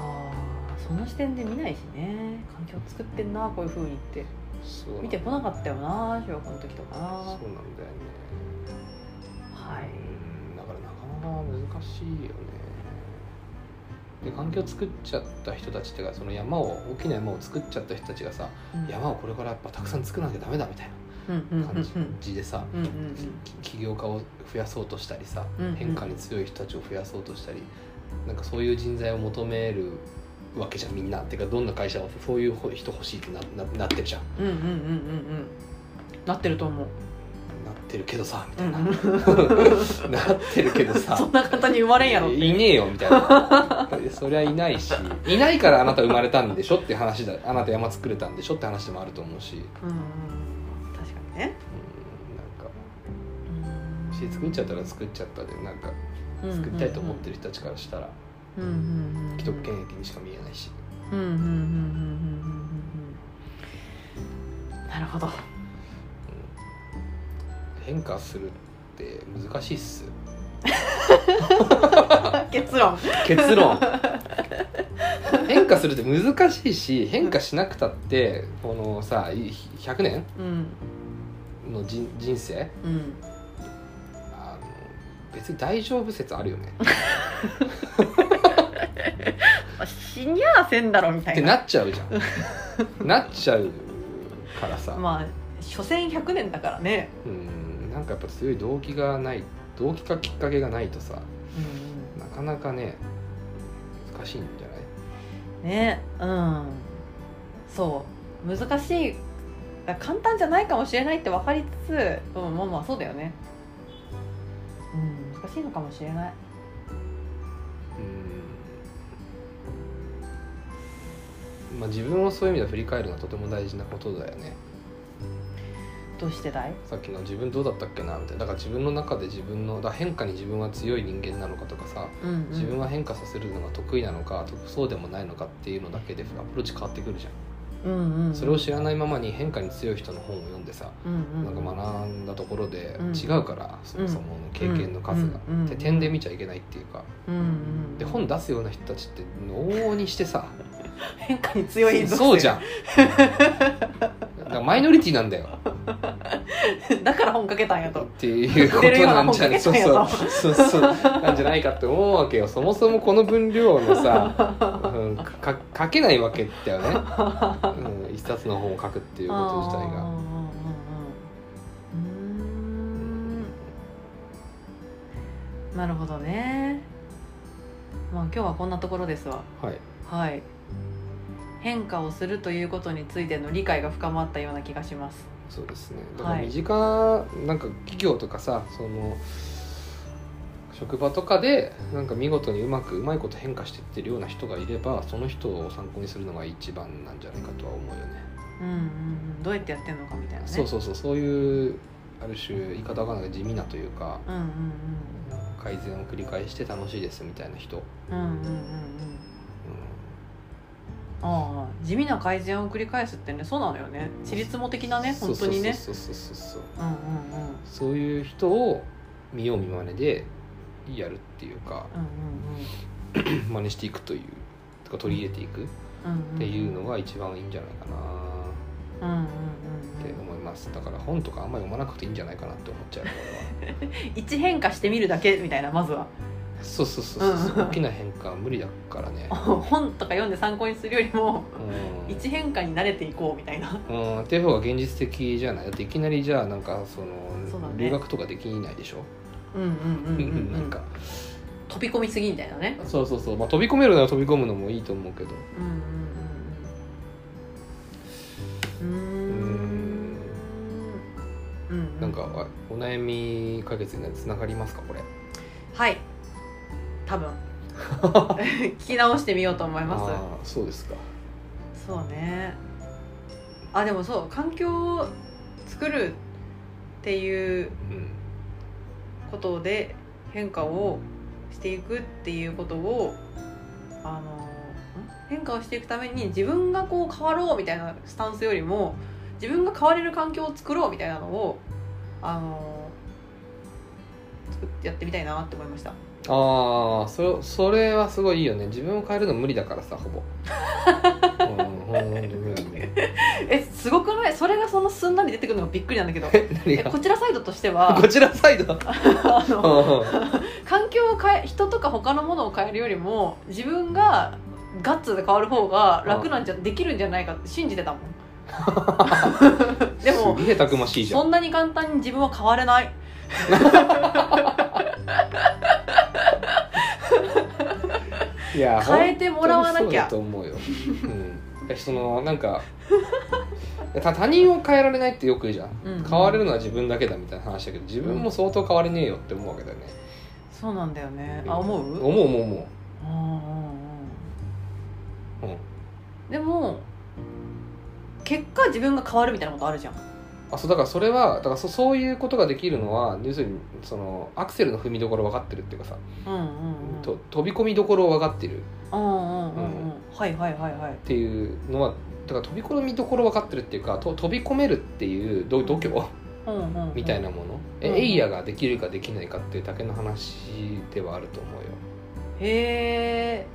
S1: ーその視点で見ないしね環境作ってんなこういうふうにって
S2: そうなん
S1: 見てこなかったよな小学校の時とかな
S2: そうな
S1: は
S2: んだよね
S1: い
S2: うんだからなかなか難しいよねで環境作っちゃった人たちっていうかその山を大きな山を作っちゃった人たちがさ
S1: うん
S2: 山をこれからやっぱたくさん作らなきゃダメだみたい
S1: うんうんうん
S2: な
S1: う
S2: 感
S1: ん
S2: じ,、でさ、
S1: うんうん
S2: き起業家を増やそうとしたりさ
S1: うんうん
S2: 変化に強い人たちを増やそうとしたりなんかそういう人材を求めるわけじゃんみんなっていうかどんな会社もそういう人欲しいってなななってるじゃん
S1: うんうんうんうんうんなってると思う
S2: なってるけ どさみたいな、
S1: そ
S2: なってるけどさ
S1: んな簡単に生まれんやろって
S2: いねえよみたいな そりゃいないしいないからあなた生まれたんでしょって話だあなた山作れたんでしょって話でもあると思うし、うん、
S1: うんうん確かにね
S2: なんかし作っちゃったら作っちゃったでなんか作りたいと思ってる人たちからしたら
S1: うんうんうん
S2: 既得権益にしか見えないし
S1: うんうんうんうんうんうんうんうんなるほど
S2: 変化するって難しいっす
S1: 結論
S2: 結 論変化するって難しいし変化しなくたってこのさい100年
S1: うん
S2: の人人生
S1: うん
S2: あの別に大丈夫説あるよね
S1: 死にゃあせんだろみた
S2: っ
S1: い
S2: て
S1: な
S2: なっちゃうじゃんなっちゃうからさ、
S1: まあ所詮100年だからね
S2: うんなんかやっぱ強い動機がない動機かきっかけがないとさなかなかね難しいんじゃない
S1: ねうんそう難しい簡単じゃないかもしれないって分かりつつ、うん、まあまあそうだよねうん難しいのかもしれない
S2: うんまあ自分をそういう意味では振り返るのはとても大事なことだよね
S1: どうしてだい
S2: さっきの自分どうだったっけなみたいなだから自分の中で自分のだから変化に自分は強い人間なのかとかさ、
S1: うんうん
S2: 自分は変化させるのが得意なのか得そうでもないのかっていうのだけでアプローチ変わってくるじゃん、
S1: うんうんうん
S2: それを知らないままに変化に強い人の本を読んでさ、
S1: うんうん
S2: なんか学んだところで
S1: うん
S2: 違うから、そもそもの経験の数が、
S1: うんうん
S2: って点で見ちゃいけないっていうか
S1: うんうん
S2: で本出すような人たちって往々にしてさ
S1: 変化に強い
S2: そうじゃ
S1: ん
S2: んだからマイノリティなんだよ
S1: だから本かけたんやと
S2: っていうことなんじゃない
S1: 売って
S2: そう
S1: るような
S2: そうそうそうなんじゃないかって思うわけよそもそもこの分量のさ、うん、か書けないわけだよね、うん、一冊の本を書くっていうこと自体
S1: あー
S2: が
S1: うんうんうんうーんなるほどねまあ今日はこんなところですわ
S2: はい
S1: はい変化をするということについての理解が深まったような気がします
S2: そうですねだ
S1: はい
S2: から身近、なんか企業とかさその職場とかでなんか見事にうまくうまいこと変化していってるような人がいればその人を参考にするのが一番なんじゃないかとは思うよね
S1: うんうんうんどうやってやってんのかみたいなね
S2: そうそうそうそういうある種言い方がないけど地味なというか
S1: うんうん
S2: 改善を繰り返して楽しいですみたいな人、うん、
S1: うんうんうんうんうんああ地味な改善を繰り返すってねそうなのよね私立も的なね
S2: そう
S1: 本当にね
S2: そうそうそうそうそう
S1: うんうんうん
S2: そういう人を見よう見まねでやるっていうか
S1: うん
S2: 真似していくというとか取り入れていくっ
S1: うんうん
S2: ていう
S1: を
S2: のが一番いいんじゃないかな
S1: うんうんうん
S2: って
S1: うん
S2: 思いますだから本とかあんまり読まなくていいんじゃないかなって思っ ちゃう俺は
S1: 一変化してみるだけみたいなまずは
S2: そうそうそうそう
S1: うん
S2: 大きな変化は無理だからね
S1: 本とか読んで参考にするよりも
S2: うん
S1: 一変化に慣れていこうみたいな
S2: うん、っていう方が現実的じゃないだっていきなりじゃあなんかそ
S1: そうだ
S2: の
S1: ね
S2: 留学とかできないでしょ
S1: うんうんうんうんうん
S2: なんか
S1: 飛び込みすぎみたいなね
S2: そうそうそう、まあ、飛び込めるなら飛び込むのもいいと思うけど
S1: うんうんうんうんうーんうん
S2: なんかあお悩み解決につながりますかこれ
S1: はい多 分聞き直してみようと思います
S2: あーそうですか
S1: そうねあでもそう環境を作るっていう
S2: うん
S1: ことで変化をしていくっていうことをあのん変化をしていくために自分がこう変わろうみたいなスタンスよりも自分が変われる環境を作ろうみたいなのをあの作ってやってみたいなって思いました。
S2: ああそそれはすごいいいよね自分を変えるの無理だからさほぼうんほんと無理ね
S1: えすごくないそれがそのすんなり出てくるのがびっくりなんだけど
S2: 何
S1: え
S2: が
S1: こちらサイドとしては
S2: こちらサイド
S1: あの
S2: う
S1: 環境を変え人とか他のものを変えるよりも自分がガッツで変わる方が楽なんじゃできるんじゃないかって信じてた もん
S2: ん
S1: でも
S2: すげえたくましいじゃ
S1: そ
S2: ん
S1: んなに簡単に自分は変われない
S2: いや
S1: 変えてもらわなきゃ
S2: 本当にそうだと思うよ、うん、そのなんか た他人を変えられないってよく言うじゃん、
S1: うん
S2: 変われるのは自分だけだみたいな話だけど自分も相当変われねえよって思うわけだよね、
S1: そうなんだよねあ思う
S2: 思う思う思
S1: うんうん
S2: う、うん、
S1: うんでも結果自分が変わるみたいなことあるじゃん
S2: あそうだからそれはだからそそういうことができるのは要するにそのアクセルの踏みどころ分かってるっていうかさ、
S1: うんうんうん
S2: と飛び込みどころを分かってるっ
S1: うんうんうんうんはいはいはいはい
S2: ていうのはだから飛び込みどころ分かってるっていうかと飛び込めるっていうど度胸
S1: うんうんうん
S2: みたいなもの、え
S1: うん
S2: エイヤができるかできないかっていうだけの話ではあると思うよ
S1: へえ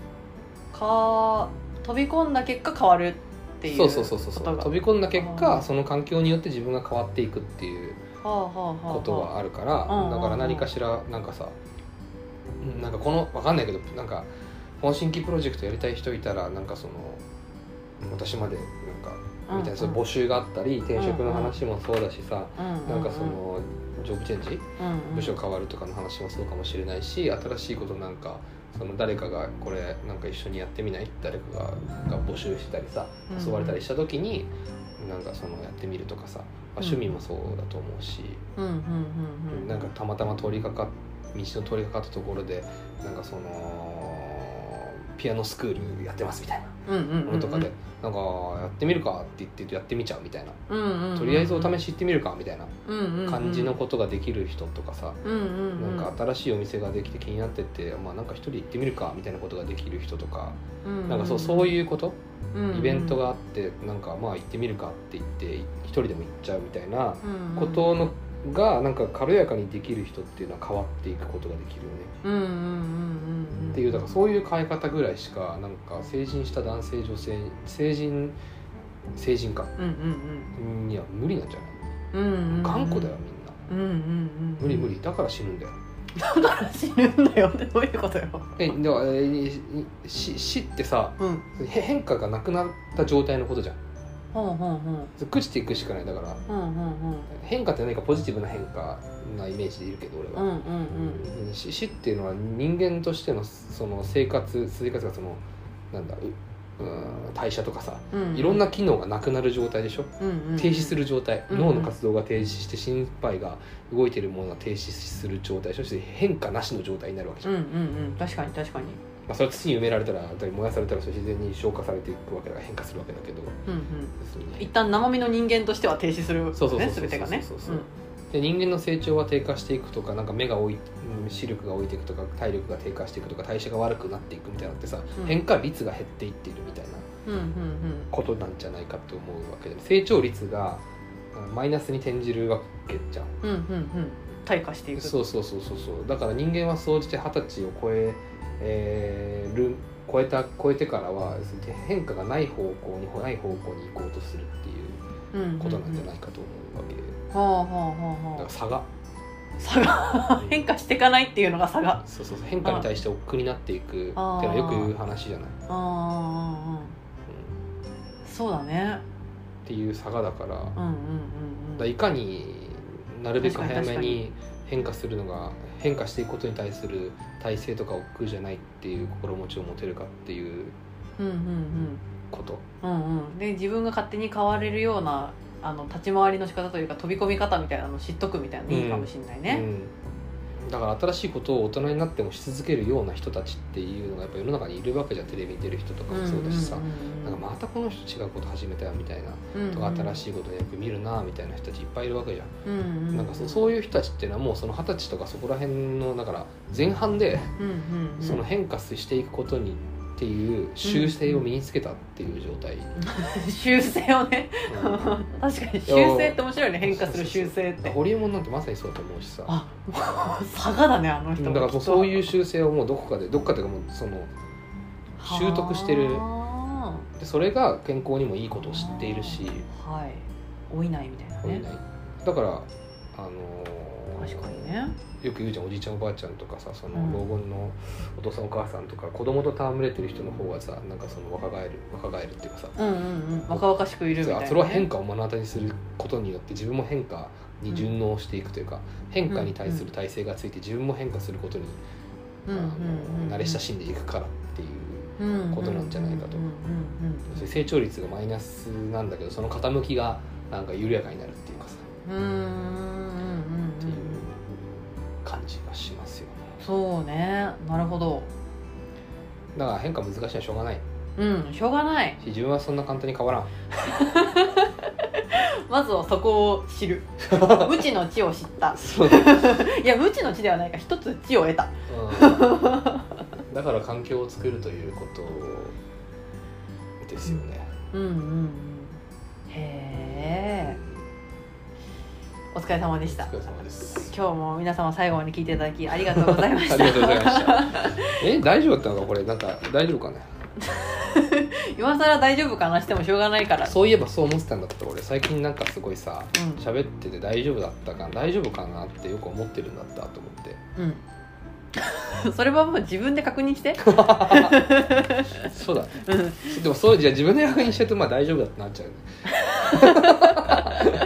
S1: か飛び込んだ結果変わるっていう
S2: そうそうそうそう
S1: こ
S2: そ
S1: と
S2: う
S1: が
S2: 飛び込んだ結
S1: あー
S2: 果その環境によって自分が変わっていくっていう
S1: はあはあはあはあ
S2: ことはあるから
S1: うんうん
S2: だから何かしらなんかさうんなんかこのわかんないけどなんか本新規プロジェクトやりたい人いたらなんかその私までなんかみたいな、そういう募集があったり転職の話もそうだしさ、なんかそ、のジョブチェンジ
S1: うんうんうんうんうん
S2: 部署変わるとかの話もそうかもしれないし新しいことなんかその誰かがこれなんか一緒にやってみない誰かがが募集してたりさ
S1: うん
S2: 誘われたりした時になんかそのやってみるとかさ、
S1: う
S2: まあ、
S1: ん
S2: 趣味もそうだと思うし、
S1: うんうんうんうん
S2: なんかたまたま通りかかっ道の通りかかったところでなんかそのピアノスクールやってますみたいな
S1: うんうんうん
S2: も
S1: うん
S2: のとかで、なんかやってみるかって言ってやってみちゃうみたいな、
S1: うんうんうん
S2: とりあえずお試し行ってみるかみたいな感じの
S1: こ
S2: ことができる人とかさ、
S1: とうんうんうん
S2: なんか新しいお店ができて気になってて、まあ、なんか一人行ってみるかみたいなことができる人とか、なんかそうそういうこと、イベントがあってなんかまあ行ってみるかって言って一人でも行っちゃうみたいなこ
S1: を
S2: とのがなんか軽やかにできる人っていうのは変わっていくことができるよね、っていうだからそういう変え方ぐらいしかなんか成人した男性女性成人成人か
S1: うん
S2: には無理なんじゃない
S1: うんうんうんうん
S2: 頑固だよみんな
S1: うんうんうん
S2: 無 理無理だから死ぬんだよ
S1: 死ぬんだよ ってどういうことよ
S2: えでもえーし死ってさ
S1: うん
S2: へ変化がなくなった状態のことじゃん
S1: ほんほんほん
S2: 朽ちていくしかないだから
S1: ほんほんほん
S2: 変化って何かポジティブな変化なイメージでいるけど俺
S1: うんう
S2: は、
S1: んうん
S2: うんし死っていうのは人間としてのその生活生活がそのなんだううん代謝とかさ
S1: うん
S2: いろんな機能がなくなる状態でしょ、停止す
S1: る
S2: る状態、
S1: うん
S2: 脳の活動が停止して心肺が動いてるものが停止する状態そして変化なしの状態になるわけじ
S1: う
S2: ゃ
S1: ん
S2: ん、
S1: うんうん確かに確かに
S2: まあ、それは土に埋められたらだったり燃やされたらそれ自然に消化されていくわけだから変化するわけだけど
S1: うんうん
S2: 別に
S1: 一旦生身の人間としては停止する
S2: そうそうそう
S1: ね
S2: そう
S1: 全てがね
S2: そうそうそうで人間の成長は低下していくとかなんか目が老いうん視力が老いていくとか体力が低下していくとか代謝が悪くなっていくみたいなのってさ、
S1: うん
S2: 変化率が減っていっているみたい
S1: う
S2: な
S1: んうんうん
S2: ことなんじゃないかと思うわけで成長率がうんマイナスに転じるわけじゃん
S1: うんうんうんうん退化していく
S2: そうそうそうそうそうだから人間は総じて二十歳を超ええーる超えた超えてからは要するに変化がない方向にない方向に行こうとするっていう
S1: うんうんうん
S2: ことなんじゃないかと思うわけ
S1: はあはあはあは
S2: だから差が
S1: あ差が変化していかないっていうのが差が
S2: そうそうそう変化に対して億劫になっていくっていうのはよく言う話じゃない、う
S1: あ
S2: ん
S1: あそうだね
S2: っていう差がだから,、だ
S1: う
S2: か
S1: んうんうんう
S2: ら
S1: ん
S2: いかになるべく早
S1: 確
S2: め
S1: かに
S2: に変化するのが変化していくことに対する体制とか億劫じゃないっていう心持ちを持てるかっていう
S1: うんうん
S2: こと
S1: うんうんうんで自分が勝手に変われるようなあの立ち回りの仕方というか飛び込み方みたいなのを知っとくみたいなのいいかもしれないね、
S2: うん、だから新しいことを大人になってもし続けるような人たちっていうのがやっぱ世の中にいるわけじゃんテレビに出る人とかもそうだしさ、なんかまたこの人違うこと始めたよみたいなとか新し
S1: い、
S2: いことをよく見るなみたいな人たちいっぱいいるわけじゃん
S1: うんうんうん、
S2: なんかそそういう人たちっていうのはもうその二十歳とかそこら辺のだから前半で
S1: うんうんうん、
S2: その変化していくことにっていう習性を身につけたっていう状態、
S1: 修正をね
S2: うん
S1: 確かに修正って面白いね変化する修正っ
S2: だか
S1: て
S2: らホリエモンなんてまさにそうだと思うしさ
S1: あもう差がだねあの
S2: うん
S1: 人
S2: だからもうそういうう習性をもうどこかでどっかというかもうその習得してる
S1: は
S2: でそれが健康にもいいことを知っているし
S1: あはい老いないみたいな
S2: 本
S1: ね
S2: 来だからあのー
S1: 確かにね
S2: よく言うじゃんおじいちゃんおばあちゃんとかさその
S1: うん
S2: 老後のお父さんお母さんとか子供と戯れてる人の方がさなんかその若返る若返るっていうかさ
S1: うんうんうん若々しくいるみたいな、ね、
S2: それは変化を目の当たりにすることによって自分も変化に順応していくというか、変化に対する体制がついて自分も変化することに、
S1: うんうん
S2: あ
S1: うんう
S2: の
S1: ん
S2: 慣れ親しんでいくからっていうことなんじゃないかと
S1: うんうんうんうん
S2: そういう成長率がマイナスなんだけどその傾きがなんか緩やかになるっていうかさ、
S1: うんうんうん
S2: っていう感じがしますよね
S1: そうねなるほど
S2: だから変化難しいのはしょうがないし
S1: うんしょうがない
S2: 自分はそんな簡単に変わらん
S1: まずはそこを知る 無知の知を知った
S2: そう、
S1: いや無知の知ではないか一つ知を得た
S2: だから環境を作るということですよね、
S1: うんうんうんへえお疲れ様でした
S2: お疲れ様です
S1: 今日も皆様最後まで聞いていただきありがとうございま
S2: あ
S1: し
S2: りがとうござい
S1: た
S2: ました。え、大丈夫だったのか、これ、なんか、大丈夫かね。
S1: 今更大丈夫かなしてもしょうがないから
S2: そういえば、そう思ってたんだった、俺、最近なんかすごいさ。
S1: う
S2: 喋ってて大丈夫だったか大丈夫かなってよく思ってるんだったと思 って
S1: ん、うん、 それはもう自分で確認して
S2: そうだね
S1: うん
S2: でもそうじゃあ自分で確認してるとまあ大丈夫だってなっちゃうね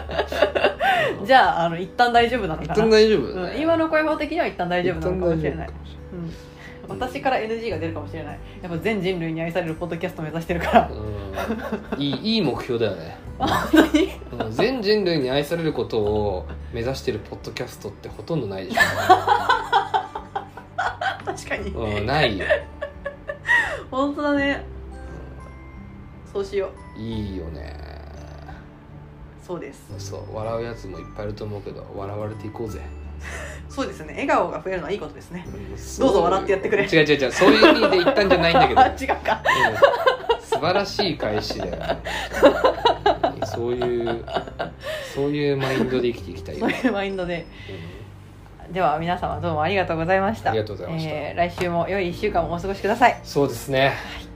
S1: じゃああの一旦大丈夫なの
S2: 一
S1: か
S2: 旦
S1: な、
S2: 大丈夫だね、
S1: うん、今の声法的には一旦大丈夫なのかもしれない
S2: 一旦大丈夫かもし
S1: うん私から NG が出るかもしれないやっぱ全人類に愛されるポッドキャスト目指してる から
S2: うんいいいい目標だよね
S1: 本当に
S2: うん全人類に愛されることを目指してるポッドキャストってほとんどないでし
S1: 確かに
S2: ょ、うん、ないよ
S1: 本当だねそうしよう
S2: いいよね
S1: そうです
S2: そう笑うやつもいっぱいいると思うけど笑われていこうぜ
S1: そうですね笑顔が増えるのはいいことですね
S2: ど
S1: うぞ笑ってやってくれ
S2: 違う違う違うそういう意味で言ったんじゃないんだけ ど
S1: あ違うか
S2: うん素晴らしい返しだよねそういうそういうマインドで生きていきたい
S1: そ
S2: よ
S1: う
S2: ね、
S1: いうマインドで
S2: うん
S1: では皆様どうもありがとうございました
S2: ありがとうございました
S1: えー来週も良い1週間をお過ごしください
S2: そうですね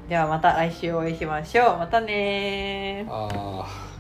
S1: ではまた来週お会いしましょうまたねー
S2: ああ